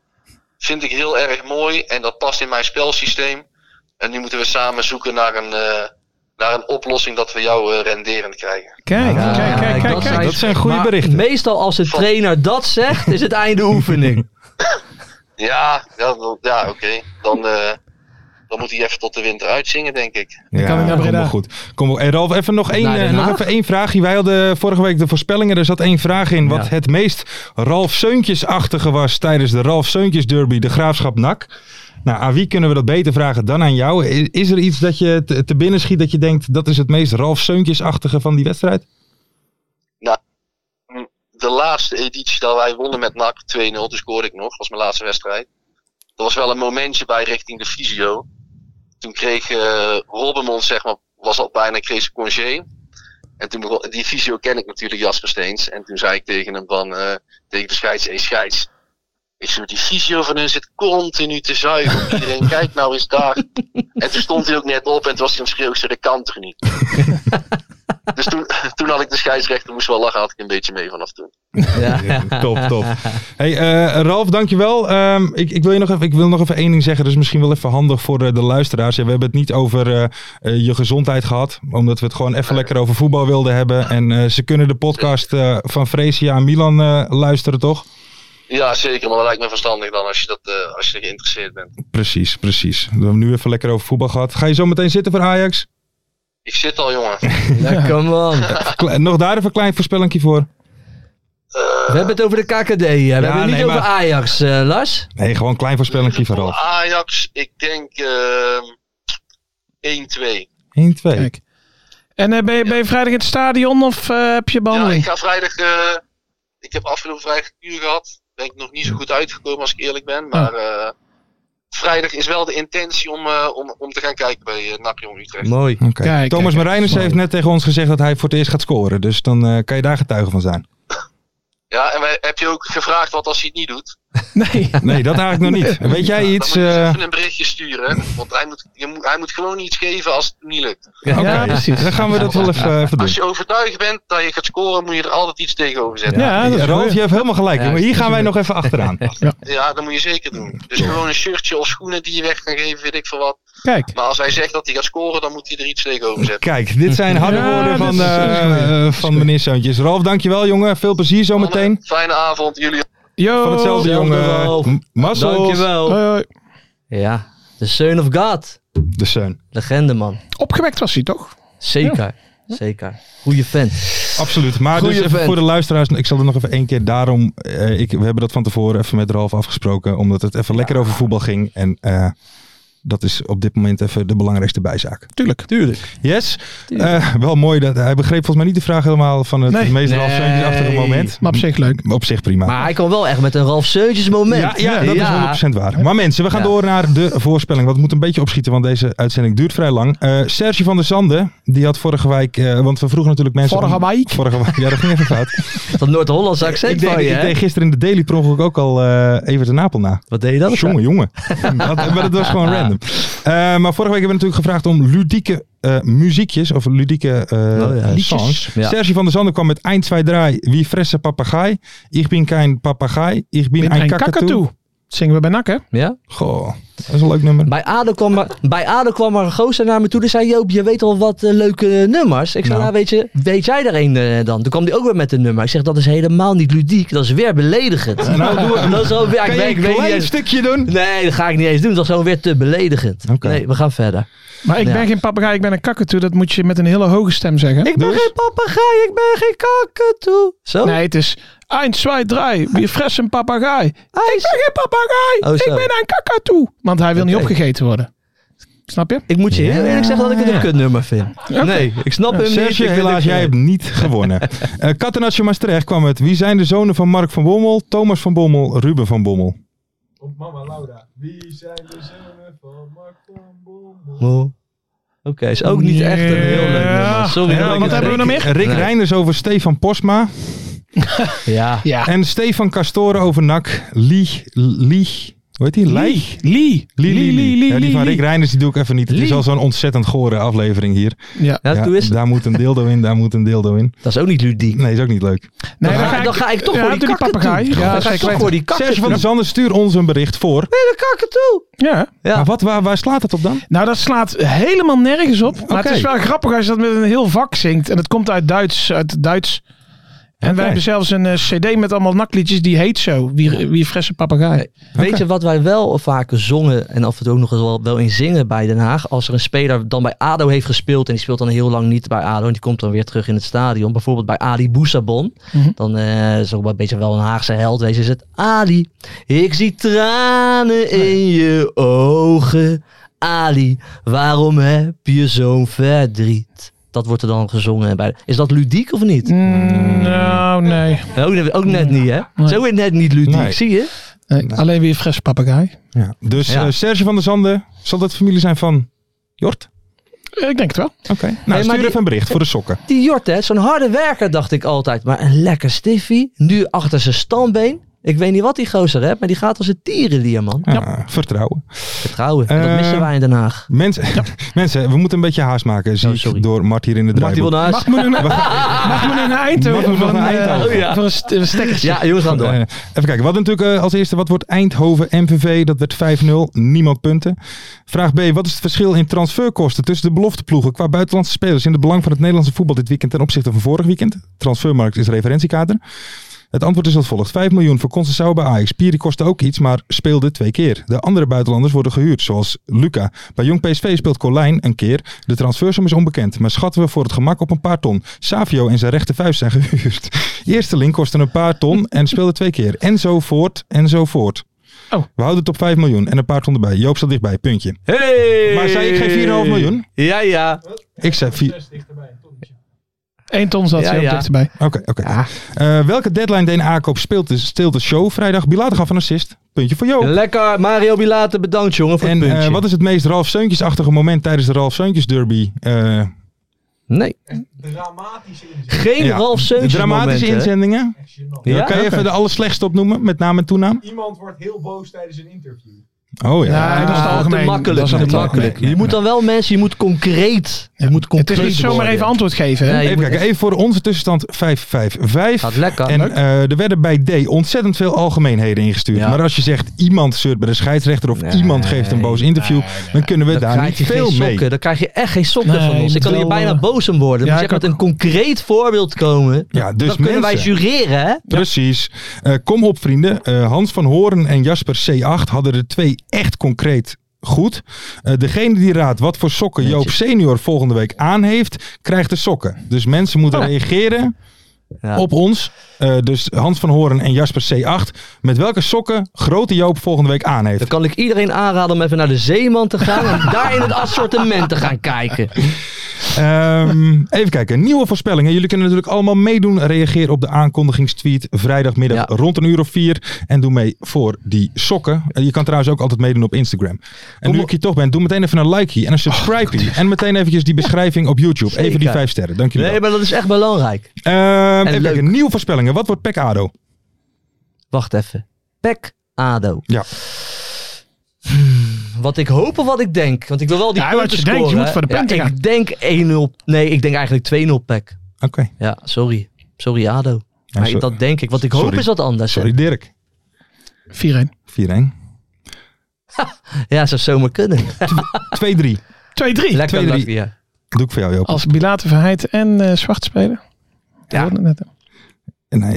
L: vind ik heel erg mooi en dat past in mijn spelsysteem. En nu moeten we samen zoeken naar een, eh, naar een oplossing dat we jou eh, renderend krijgen.
G: Kijk, kijk, kijk, kijk, kijk.
H: maar Meestal als de trainer dat zegt, is het einde
G: (laughs)
H: oefening.
L: Ja, ja, wel- ja oké. Dan, eh, dan moet hij even tot de winter uitzingen, denk ik.
F: Ja,
L: kan ik naar
F: Kom
L: Breda.
F: wel goed. Kom wel. En Ralf, even nog één,
L: Naar Den
F: eh, nog
L: Haag?
F: even één vraagje. Wij hadden vorige week de voorspellingen. Er zat één vraag in. Wat het meest Ralf Seuntjes-achtige was tijdens de Ralf Seuntjes Derby, de Graafschap NAC. Nou, aan wie kunnen we dat beter vragen dan aan jou? I- Is er iets dat je te, te binnen schiet dat je denkt dat is het meest Ralf Seuntjes-achtige van die wedstrijd?
L: Nou, de laatste editie dat wij wonnen met NAC 2-0, toen scoorde ik nog, was mijn laatste wedstrijd. Er was wel een momentje bij richting de fysio. Toen kreeg eh Robbenmond, zeg maar, was al bijna kreeg zijn congé. En toen begon, die fysio ken ik natuurlijk, Jasper Steens. En toen zei ik tegen hem van, eh, tegen de scheids, hé scheids. Ik zo, die fysio van hun zit continu te zuigen. op Iedereen, kijk nou eens daar. En toen stond hij ook net op en toen was hij aan het schreeuwen, ik zei, dat kan toch niet. Dus toen, (laughs) toen had ik de scheidsrechter, moest wel lachen, had ik een beetje mee vanaf toen.
G: (laughs)
F: Top, top. Hey, eh, Ralf, dankjewel. Ehm ik, ik, wil je nog even, ik wil nog even één ding zeggen. Dus misschien wel even handig voor eh, de luisteraars. Ja, we hebben het niet over eh, eh, je gezondheid gehad. Omdat we het gewoon even lekker over voetbal wilden hebben. En eh, ze kunnen de podcast eh, van Fresia en Milan eh, luisteren, toch?
L: Ja, zeker, maar dat lijkt me verstandig dan als je, dat, eh, als je geïnteresseerd bent.
F: Precies, precies. We hebben nu even lekker over voetbal gehad. Ga je zo meteen zitten voor Ajax?
L: Ik zit al, jongen.
H: Ja, come on.
F: Kle- nog daar even een klein voorspellingje voor.
L: Eh,
H: We hebben het over de KKD. hè. We hebben het niet
F: nee,
H: over
F: maar-
H: Ajax, eh, Lars.
F: Nee, gewoon een klein voorspellingje voor Ralf.
L: Ajax, ik denk ehm 1-2.
F: 1-2.
G: En eh, ben, je, ben je vrijdag in het stadion of eh, heb
F: Oh,
G: je
L: Ja, ik
G: behandeling?
L: ga vrijdag. eh, ik heb afgelopen vrijdag een uur gehad. Ben ik nog niet zo goed uitgekomen als ik eerlijk
F: Oh.
L: ben. Maar eh, vrijdag is wel de intentie om, eh, om, om te gaan kijken bij eh, NAC Jong Utrecht.
H: Mooi.
F: Oké.
G: Kijk,
F: Thomas
G: kijk,
F: Marijnus
G: mooi.
F: heeft net tegen ons gezegd dat hij voor het eerst gaat scoren. Dus dan eh, kan je daar getuige van zijn.
L: Ja, en wij, heb je ook gevraagd wat als hij het niet doet?
G: Nee.
F: Nee, dat eigenlijk nog niet. Weet jij iets...
L: Dan moet je
F: eh,
L: even een berichtje sturen. Want hij moet, je moet, hij moet gewoon iets geven als het niet lukt.
F: Oké, Dan gaan we dat wel even, even doen.
L: Als je overtuigd bent dat je gaat scoren, moet je er altijd iets tegenover zetten.
F: Ja, dat is Ralf, je hebt helemaal gelijk.
L: Ja,
F: jongen. Hier
L: dat is
F: gaan wij nog
L: gebeurd.
F: even
L: (laughs)
F: achteraan.
L: Ja, dat moet je zeker doen. Dus gewoon een shirtje of schoenen die je weg kan geven, weet ik veel wat.
F: Kijk.
L: Maar als hij zegt dat hij gaat scoren, dan moet hij er iets tegenover zetten.
F: Kijk, dit zijn harde
L: Ja,
F: woorden
L: dit
F: van,
L: is-
F: eh, eh, van meneer Zoontjes. Ralf, dankjewel jongen. Veel plezier zometeen.
L: Fijne avond, jullie.
G: Yo, eh,
F: Van hetzelfde jongen. eh, Massels.
H: Dankjewel. Ja, de Son of God.
F: De Son.
H: Legende, man.
G: Opgewekt was hij toch?
H: Zeker. Zeker. Goeie fan.
F: Absoluut. Maar dus
H: Goeie
F: even
H: vent.
F: voor de luisteraars, ik zal er nog even één keer daarom. eh, ik, we hebben dat van tevoren even met Ralf afgesproken, omdat het even lekker over voetbal ging. En eh, dat is op dit moment even de belangrijkste bijzaak.
G: Tuurlijk.
F: Tuurlijk. Yes. Eh, wel mooi dat hij begreep volgens mij niet de vraag helemaal van het
H: Nee.
F: meest Ralf
H: Nee.
F: Zeuntjes-achtige moment.
G: Maar op zich leuk.
F: Op zich prima.
H: Maar hij kan wel echt met een Ralf Seuntjes moment.
F: Ja, ja, dat is 100% waar. Maar mensen, we gaan door naar de voorspelling. Want we moeten een beetje opschieten, want deze uitzending duurt vrij lang. Eh, Serge van der Sande, die had vorige week... eh, want we vroegen natuurlijk mensen...
H: Vorige
F: week? Vorige week, ja, dat ging even
H: (laughs)
F: fout.
H: Dat Noord-Hollandse accent
F: ik, deed,
H: van je,
F: ik
H: hè?
F: deed gisteren in de Daily per ongeluk ook al eh even de Napel na.
H: Wat deed je dan?
F: Jongen,
H: (laughs)
F: jongen. dat, maar dat was gewoon random. Eh, maar vorige week hebben we natuurlijk gevraagd om ludieke eh, muziekjes of ludieke eh,
H: Oh ja,
F: liedjes.
H: songs, ja.
F: Serge van der Zanden kwam met Eind zwei drei, wie fresse papagai. Ik bin kein papagai, ik bin ein kakatoe.
G: Zingen we bij Nak, hè?
H: Ja?
F: Goh, dat is een leuk nummer.
H: Bij ADO kwam er, bij ADO kwam er een gozer naar me toe. Die zei, Joop, je weet al wat eh, leuke eh, nummers. Ik zei, nou, weet, je, weet jij er een eh, dan? Toen kwam die ook weer met een nummer. Ik zeg, dat is helemaal niet ludiek. Dat is weer beledigend.
F: Nou, doe-
H: (laughs) dat is alweer,
F: Kan je een klein stukje doen?
H: Nee, dat ga ik niet eens doen. Dat is gewoon weer te beledigend. Nee, we gaan verder.
G: Maar ik
H: Ja.
G: ben geen papegaai, ik ben een kakatoe. Dat moet je met een hele hoge stem zeggen. Dus-
H: Ik ben geen papegaai, ik ben geen kakatoe. Zo?
G: Nee, het is 1, 2, 3. Wie fres een papegaai?
H: Ik
G: ben geen papegaai.
H: Oh,
G: ik
H: zo.
G: ben een kakatoe. Want hij wil niet opgegeten worden. Snap je?
H: Ik moet je heel eerlijk zeggen dat ik het een kutnummer vind. Nee, ik snap hem niet.
F: Serge,
H: Ik wil
F: helaas,
H: het-
F: jij hebt niet (laughs) gewonnen. Eh Catenaccio Maastricht kwam het. Wie zijn de zonen van Mark van Bommel, Thomas van Bommel, Ruben van Bommel?
E: Mama Laura, wie zijn de zonen van Mark van Bommel?
H: Oh. Oké, is ook niet echt een heel leuk nummer. Sorry.
F: Ja,
H: dat ik
F: wat
H: het
F: hebben we
H: denk.
F: nog meer? Rick
H: Nee.
F: Reinders over Stefan Posma.
H: Ja.
F: En Stefan Castoren over Nak. Lie. Lie. Hoe heet die? Lie.
G: Lie.
F: Lie, Lie,
G: Lie, Lie, Lie,
F: Ja, die
G: Lie,
F: van
G: Lie.
F: Rick Reinders die doe ik even niet. Het is
G: Lie.
F: al zo'n ontzettend gore aflevering hier.
G: Ja.
H: Ja, Nou, doe eens.
F: Daar moet een dildo in, daar moet een dildo in.
H: Dat is ook niet ludiek.
F: Nee, is ook niet leuk.
H: Nee, dan, ga, dan ga ik toch
G: ja,
H: voor die
G: doe die
H: kakken
G: papegaai.
H: toe. Dan
G: Ja,
H: ga ik
G: zeker
H: toch
G: weten.
H: voor die kakken
F: Serge van
H: toe.
F: der Zanden, stuur ons een bericht voor.
H: Nee, de kakken toe.
G: Ja.
F: Maar wat, waar, waar slaat het op dan?
G: Nou, dat slaat helemaal nergens op. Maar
F: Oké.
G: het is wel grappig als je dat met een heel vak zingt. En dat komt uit Duits. Uit Duits. En wij hebben zelfs een eh, cd met allemaal nakliedjes. Die heet zo. Wie, wie fresse papegaai.
H: Weet je wat wij wel vaker zongen en af en toe ook nog eens wel, wel in zingen bij Den Haag? Als er een speler dan bij ADO heeft gespeeld en die speelt dan heel lang niet bij ADO en die komt dan weer terug in het stadion. Bijvoorbeeld bij Ali Boussabon.
F: Mhm.
H: Dan eh is ook wel een beetje wel een Haagse held. Wees is het Ali, ik zie tranen in je ogen. Ali, waarom heb je zo'n verdriet? Dat wordt er dan gezongen. Bij is dat ludiek of niet? Hmm.
G: Nou, nee.
H: Ook, net- ook net niet, hè? Zo weer net niet ludiek,
F: Nee.
H: zie je?
G: Nee, Eh, Alleen weer fresse papegaai.
F: Ja. Dus
H: Ja.
F: eh, Serge van der Zanden, zal dat familie zijn van Jort?
G: Eh, Ik denk het wel.
F: Oké. Nou,
H: maar
F: stuur
H: die-
F: even een bericht voor de sokken.
H: Die Jort, hè, zo'n harde werker, dacht ik altijd. Maar een lekker stiffie. Nu achter zijn stambeen. Ik weet niet wat die gozer hebt, maar die gaat als een tierenlier, man.
F: Ja, Vertrouwen.
H: Vertrouwen. En dat
F: Eh,
H: missen wij in Den Haag.
F: Mensen, (laughs) mensen, we moeten een beetje haast maken,
H: Oh,
F: zie ik door Mart hier in de draaiboek.
H: wil naar huis.
G: Mag me een,
F: We (laughs)
H: (laughs) Ah.
G: mag me een
F: Mag
G: Eindhoven
F: me
G: voor
F: nog
G: een,
H: Oh,
F: naar
G: eh,
F: Eindhoven?
G: voor een st- een
H: (laughs)
G: stekkertje.
H: Ja, jongens, gaan door.
F: Eh, even kijken. Wat natuurlijk eh, als eerste, wat wordt Eindhoven MVV? Dat werd 5-0. Niemand punten. Vraag B. Wat is het verschil in transferkosten tussen de belofteploegen qua buitenlandse spelers in het belang van het Nederlandse voetbal dit weekend ten opzichte van vorig weekend? Transfermarkt is referentiekader. Het antwoord is als volgt. 5 miljoen voor Concecao bij Ajax. Piri kostte ook iets, maar speelde twee keer. De andere buitenlanders worden gehuurd, zoals Luca. Bij Jong PSV speelt Colijn een keer. De transfersom is onbekend, maar schatten we voor het gemak op een paar ton. Savio en zijn rechtervuist zijn gehuurd. (laughs) Eersteling kostte een paar ton en speelde twee keer. En zo voort, en zo voort.
G: Oh.
F: We houden het op 5 miljoen en een paar ton erbij. Joop staat dichtbij, puntje.
H: Hey!
F: Maar zei ik geen 4,5 miljoen?
H: Ja, ja.
F: Ik zei 4...
G: Eén ton zat
H: Ja,
G: ze heel
H: ja.
G: dichterbij.
F: Oké, oké. Eh, welke deadline deed aankoop speelt de, steelt de show vrijdag? Bilate gaf een assist. Puntje voor Joop.
H: Lekker. Mario Bilate, bedankt, jongen, voor
F: Oh. En
H: het puntje.
F: eh, wat is het meest Ralf Seuntjes-achtige moment tijdens Eh, de Ralf Seuntjes derby? Eh,
H: Nee.
F: Dramatische inzendingen.
H: Geen Ralf Seuntjes
F: Dramatische
H: momenten, hè?
F: inzendingen.
H: Ja?
F: kan je
H: Oké.
F: even de allerslechtste opnoemen, met naam en toenaam?
M: Iemand wordt heel boos tijdens een interview.
F: Oh ja.
H: Ja, dat is Ah, te algemeen. makkelijk.
F: Dat is
H: te
F: het
H: makkelijk.
F: algemeen.
H: Je moet dan wel mensen, je moet concreet. Je moet concreet
G: Het is niet zomaar
H: worden.
G: even antwoord geven. Hè?
H: Nee, je
F: even
H: moet
F: kijken,
H: echt-
F: even voor de onze tussenstand 555.
H: Gaat lekker.
F: En
H: Leuk.
F: eh, er werden bij D ontzettend veel algemeenheden ingestuurd. Maar als je zegt iemand zeurt bij de scheidsrechter of iemand geeft een boos interview, dan kunnen we daar
H: krijg
F: niet
H: je geen
F: veel mee.
H: sokken. Dan krijg je echt geen sokken
F: Nee,
H: van
F: je
H: ons. Ik
F: moet
H: kan hier
F: wel,
H: bijna
F: eh,
H: boos om worden.
F: ja,
H: moet je
F: ik
H: echt met een concreet voorbeeld komen.
F: Ja, dus
H: dan kunnen wij
F: mensen.
H: jureren, hè?
F: Precies. Eh, kom op, vrienden. Eh, Hans van Horen en Jasper C8 hadden er twee echt concreet goed. Eh, degene die raadt wat voor sokken Joop Senior volgende week aan heeft, krijgt de sokken. Dus mensen moeten reageren op ons. Eh, dus Hans van Horen en Jasper C8. Met welke sokken grote Joop volgende week aan heeft.
H: Dan kan ik iedereen aanraden om even naar de Zeeman te gaan. en daar in het assortiment te gaan
F: (laughs)
H: kijken.
F: Ehm, even kijken, nieuwe voorspellingen. Jullie kunnen natuurlijk allemaal meedoen. Reageer op de aankondigingstweet vrijdagmiddag rond een uur of vier. En doe mee voor die sokken. En je kan trouwens ook altijd meedoen op Instagram. En nu ik hier toch ben, doe meteen even een like en een subscribe En meteen eventjes die beschrijving op YouTube. Even die
H: Oh, Zeker.
F: vijf sterren, dankjewel.
H: Nee, maar dat is echt belangrijk.
F: Ehm, even
H: leuk.
F: kijken, nieuwe voorspellingen. Wat wordt Pek Ado?
H: Wacht even. Pek Ado.
F: Ja.
H: Wat ik hoop of wat ik denk. Want ik wil wel die
G: Ja, wat
H: punten
G: je
H: scoren.
G: denkt, je moet
H: hè.
G: voor de
H: Ja,
G: punten gaan.
H: Ik denk 1-0. Nee, ik denk eigenlijk 2-0 pack.
F: Oké.
H: Ja, sorry. Sorry Ado.
F: Ja,
H: Maar
F: so-
H: dat denk ik. Wat ik hoop
F: Sorry.
H: is wat anders. hè.
F: Sorry Dirk.
G: 4-1.
F: 4-1.
H: Ja, zou zomaar kunnen.
F: 2-3.
G: 2-3.
H: Lekker
G: 2-3.
H: lucky, ja.
F: Doe ik voor jou
H: Oh.
F: Joop.
G: Als Bilate Verheid en eh Zwart spelen. Ja. Net, hè.
F: Nee,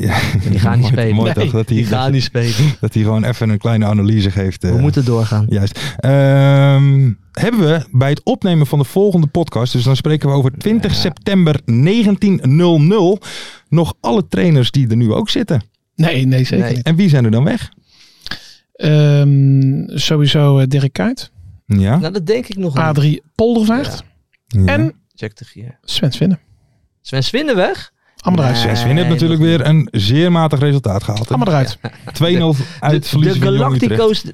H: Die gaan niet
F: (laughs)
H: spelen.
F: Mooi
H: Nee,
F: toch, dat hij,
H: die
F: (laughs)
H: gaan niet spelen.
F: Dat hij gewoon even een kleine analyse geeft. eh,
H: We moeten doorgaan.
F: Juist. Ehm, hebben we bij het opnemen van de volgende podcast, dus dan spreken we over 20 september 1900, nog alle trainers die er nu ook zitten?
G: Nee, nee, zeker niet.
F: En wie zijn er dan weg?
G: Ehm, sowieso eh, Dirk Kuyt.
F: Ja.
H: Nou, dat denk ik nog niet.
G: Adrie Poldervaart. En
H: Check de gier.
G: Sven Svinnen.
H: Sven Swinnen weg?
G: Ammerhuis.
F: Sven Swin heeft natuurlijk weer een zeer matig resultaat gehaald. hè?
G: Allemaal eruit.
F: 2-0 uit
H: De, de
F: verliezen van Jong Utrecht.
H: Galactico's...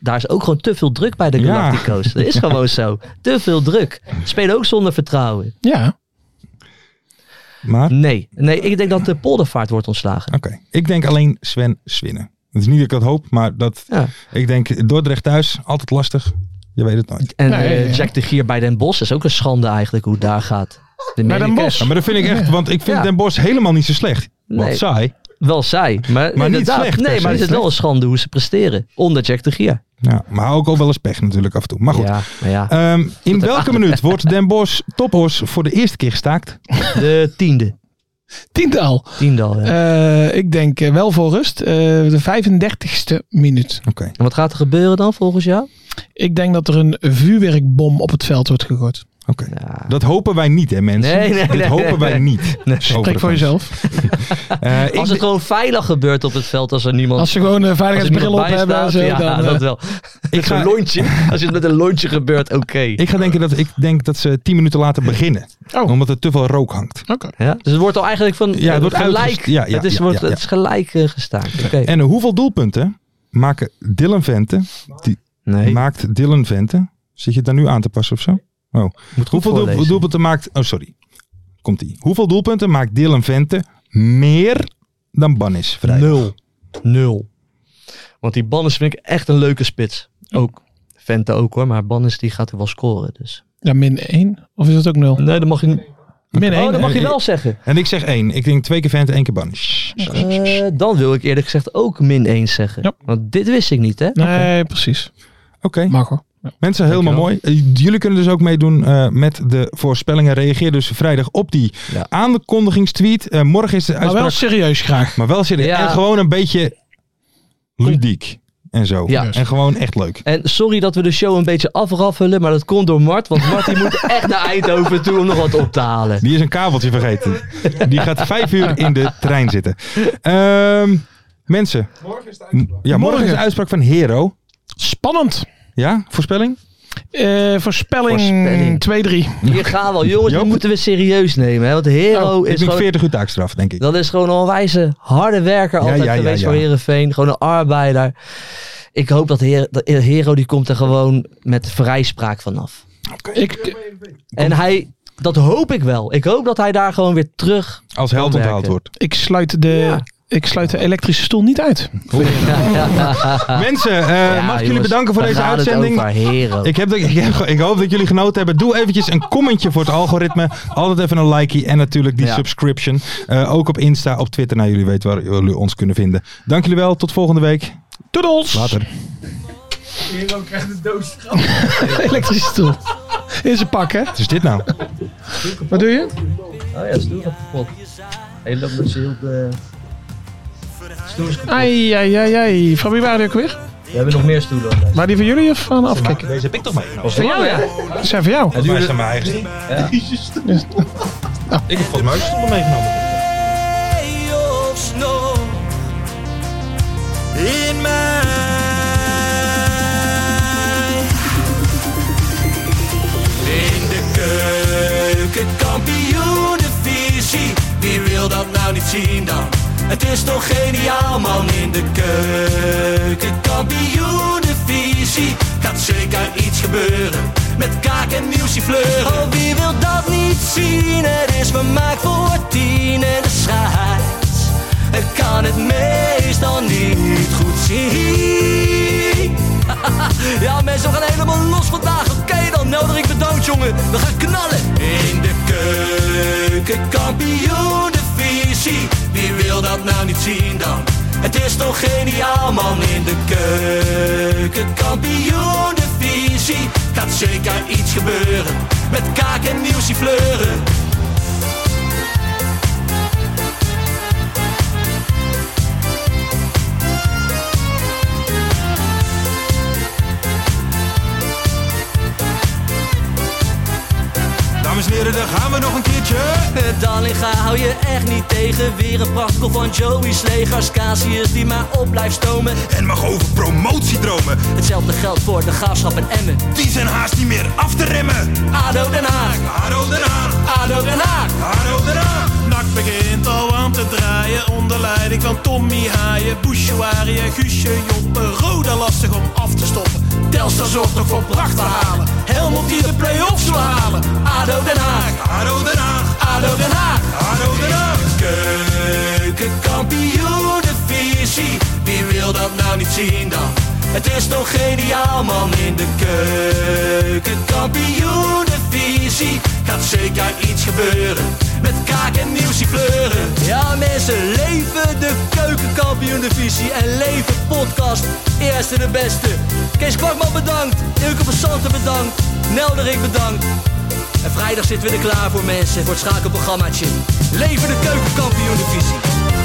H: Daar is ook gewoon te veel druk bij de
F: Ja.
H: Galactico's. Dat is gewoon zo. Te veel druk. Spelen ook zonder vertrouwen.
G: Ja.
F: Maar?
H: Nee. Nee, ik denk dat de poldervaart wordt ontslagen.
F: Oké. Ik denk alleen Sven Swinnen. Het is niet dat ik dat hoop, maar dat, ik denk Dordrecht thuis, altijd lastig. Je weet het nooit.
H: En eh, Jack de Gier bij Den Bosch is ook een schande eigenlijk hoe het daar gaat.
F: Bij
H: De
F: Den
H: Medicare.
F: Bosch. Ja, maar dat vind ik echt, want ik vind
H: Ja.
F: Den Bosch helemaal niet zo slecht.
H: Nee.
F: Wat saai.
H: Wel saai. Maar,
F: niet
H: inderdaad,
F: slecht per
H: Nee,
F: se.
H: maar het is wel een schande hoe ze presteren. Onder Jack de Gier.
F: Ja, maar ook al wel eens pech natuurlijk af en toe. Maar goed.
H: Ja, maar ja.
F: Ehm, in
H: (laughs) heeft
F: welke
H: achter-
F: minuut wordt Den Bosch tophors voor de eerste keer gestaakt?
H: De tiende.
G: Tiende al.
H: Tiende al, ja.
G: Eh, ik denk eh, wel voor rust. eh, de 35ste minuut.
F: Oké.
H: En wat gaat er gebeuren dan volgens jou?
G: Ik denk dat er een vuurwerkbom op het veld wordt gegooid.
F: Oké. Dat hopen wij niet, hè mensen?
H: Nee, nee,
F: Dit
H: nee,
F: hopen
H: nee,
F: wij
H: (laughs) nee.
F: niet. Eh,
G: Spreek voor jezelf.
H: als het gewoon veilig gebeurt op het veld, als er niemand.
G: Als ze gewoon een veiligheidsbril op
H: als er niemand
G: hebben.
H: bij
G: en
H: staat,
G: Zo, dan,
H: ja,
G: eh,
F: (laughs)
H: dat wel. Ik ga
F: ga-
H: een lontje. Als het met een lontje gebeurt, oké.
F: Ik ga denken dat ik denk dat ze tien minuten later beginnen.
G: Oh.
F: Omdat er te veel rook hangt.
G: Oké.
H: Ja? Dus het wordt al eigenlijk van
F: Ja, het wordt
H: gelijk.
F: uitgest- ja, ja,
H: het, is,
F: ja,
H: wordt,
F: ja, ja.
H: het is gelijk eh, gestaakt. Oké.
F: En eh, hoeveel doelpunten maken Dylan Vente? Die Maakt Dylan Vente? Zit je het daar nu aan te passen of zo? Oh. Hoeveel doel-
H: voorlezen.
F: doelpunten maakt... Oh, sorry. Komt-ie. Hoeveel doelpunten maakt Dylan Vente meer dan Bannis vrijdag?
H: Nul. Nul. Want die Bannes vind ik echt een leuke spits. Ook. Vente ook hoor, maar Bannes die gaat er wel scoren. Dus.
G: ja, min 1. Of is dat ook 0?
H: Nee, dat mag je niet.
G: Min 1.
H: Oh, dat mag je wel zeggen.
F: En Eh, ik zeg één. Ik denk twee keer Vente, één keer Bannis.
H: Eh, dan wil ik eerlijk gezegd ook min 1 zeggen. Want dit wist ik niet, hè?
G: Nee, precies.
F: Oké.
G: Mag hoor.
F: Mensen, helemaal mooi.
H: Dankjewel.
F: Eh, Jullie kunnen dus ook meedoen eh, met de voorspellingen. Reageer dus vrijdag op die aankondigingstweet. Eh, morgen is de
G: Maar
F: uitspraak.
G: wel serieus graag.
F: Maar wel serieus.
H: Ja.
F: En gewoon een beetje ludiek. En zo.
H: Ja.
F: En gewoon echt leuk.
H: En sorry dat we de show een beetje afraffelen, maar dat komt door Mart. Want Mart die moet echt naar Eindhoven toe om nog wat op te halen.
F: Die is een kabeltje vergeten. Die gaat vijf uur in de trein zitten. Ehm, mensen. Morgen is de uitspraak. Ja, morgen is de
G: Morgen.
F: uitspraak van Hero.
G: Spannend.
F: Ja, voorspelling?
G: Eh, voorspelling,
F: Voorspelling.
G: 2-3.
H: Hier gaan we al. Jongens, die moeten we serieus nemen. Hè? Want Hero
F: Oh, ik
H: Oh, is
F: denk
H: gewoon...
F: 40 uur taakstraf, denk ik.
H: Dat is gewoon een onwijze harde werker
F: Ja,
H: altijd
F: ja, ja,
H: geweest
F: ja.
H: voor Herenveen. Gewoon een arbeider. Ik hoop dat, Her- dat Hero die komt er gewoon met vrijspraak vanaf.
G: Ik,
H: En hij Dat hoop ik wel. Ik hoop dat hij daar gewoon weer terug
F: Als
H: kan
F: held
H: werken.
F: onthaald wordt.
G: Ik sluit de, ik sluit de elektrische stoel niet uit.
F: Mensen, eh, mag ik jullie bedanken voor deze uitzending. Ik, heb, dat- ik, heb, ik hoop dat jullie genoten hebben. Doe eventjes een commentje voor het algoritme. Altijd even een likey en natuurlijk die
H: Ja.
F: subscription. Eh, ook op Insta, op Twitter. Nou, jullie weten waar jullie ons kunnen vinden. Dank jullie wel. Tot volgende week.
G: Toedels.
F: Later.
M: Hero krijgt een doos
G: elektrische stoel. In zijn pak, hè?
F: Wat is dit nou?
G: Wat doe je?
H: Oh ja, stoer kapot. Hij loopt met zijn heel de... Stoer is kapot.
G: Ai, ai, ai, ai. Van wie waren die ook weer?
H: We hebben nog meer stoelen.
G: Waren die van jullie of van afkikken?
F: Deze heb ik toch mee.
G: Of van jou, ja. Die zijn van jou.
F: Volgens mij zijn mijn eigen. Ik heb volgens mij ook stoelen meegenomen.
D: of snow in mij. In de keuken, kampioenenvisie. Wie wil dat nou niet zien dan? Het is toch geniaal man in de keuken, kampioenenvisie. Gaat zeker iets gebeuren met kaak en nieuwsje fleuren. Oh, wie wil dat niet zien? Het is vermaakt voor tien en de scheids. Ik kan het meestal niet goed zien. Ja, mensen, we gaan helemaal los vandaag. Oké, dan nodig ik bedankt, jongen. We gaan knallen. In de keuken, kampioen de visie. Wie wil dat nou niet zien dan? Het is toch geniaal, man. In de keuken, kampioen de visie. Gaat zeker iets gebeuren. Met kaak en nieuwsie fleuren.
E: Dames en heren, daar gaan we nog een
D: (laughs)
E: keertje.
D: Dallinga hou je echt niet tegen. Weer een prachtkel van Joey's legers. Casius die maar op blijft stomen.
E: En mag over promotie dromen.
D: Hetzelfde geldt voor de graafschap en Emmen.
E: Die zijn haast niet meer af te remmen.
D: ADO Den Haag.
E: ADO Den Haag.
D: ADO Den Haag.
E: ADO Den Haag.
N: Nak begint al aan te draaien onder leiding van Tommy Haaien, Bouchouari en Guusje Joppen. Roda lastig om af te stoppen. Telstar zorgt nog voor pracht te halen. Helmond die de play-offs wil halen.
D: ADO Den Haag.
E: ADO Den Haag.
D: ADO Den Haag.
E: ADO Den Haag.
D: Keukenkampioenenvisie. Wie wil dat nou niet zien dan? Het is toch geniaal man in de keukenkampioenenvisie. Gaat zeker iets gebeuren. Met kaak en nieuwsie fleuren. Ja mensen, leven de keukenkampioenenvisie. En leven podcast. Eerste de beste. Kees Kwakman bedankt. Ilke van Santen bedankt. Nelderik bedankt. En vrijdag zitten we er klaar voor mensen, voor het schakelprogrammaatje. Leven de keukenkampioen divisie.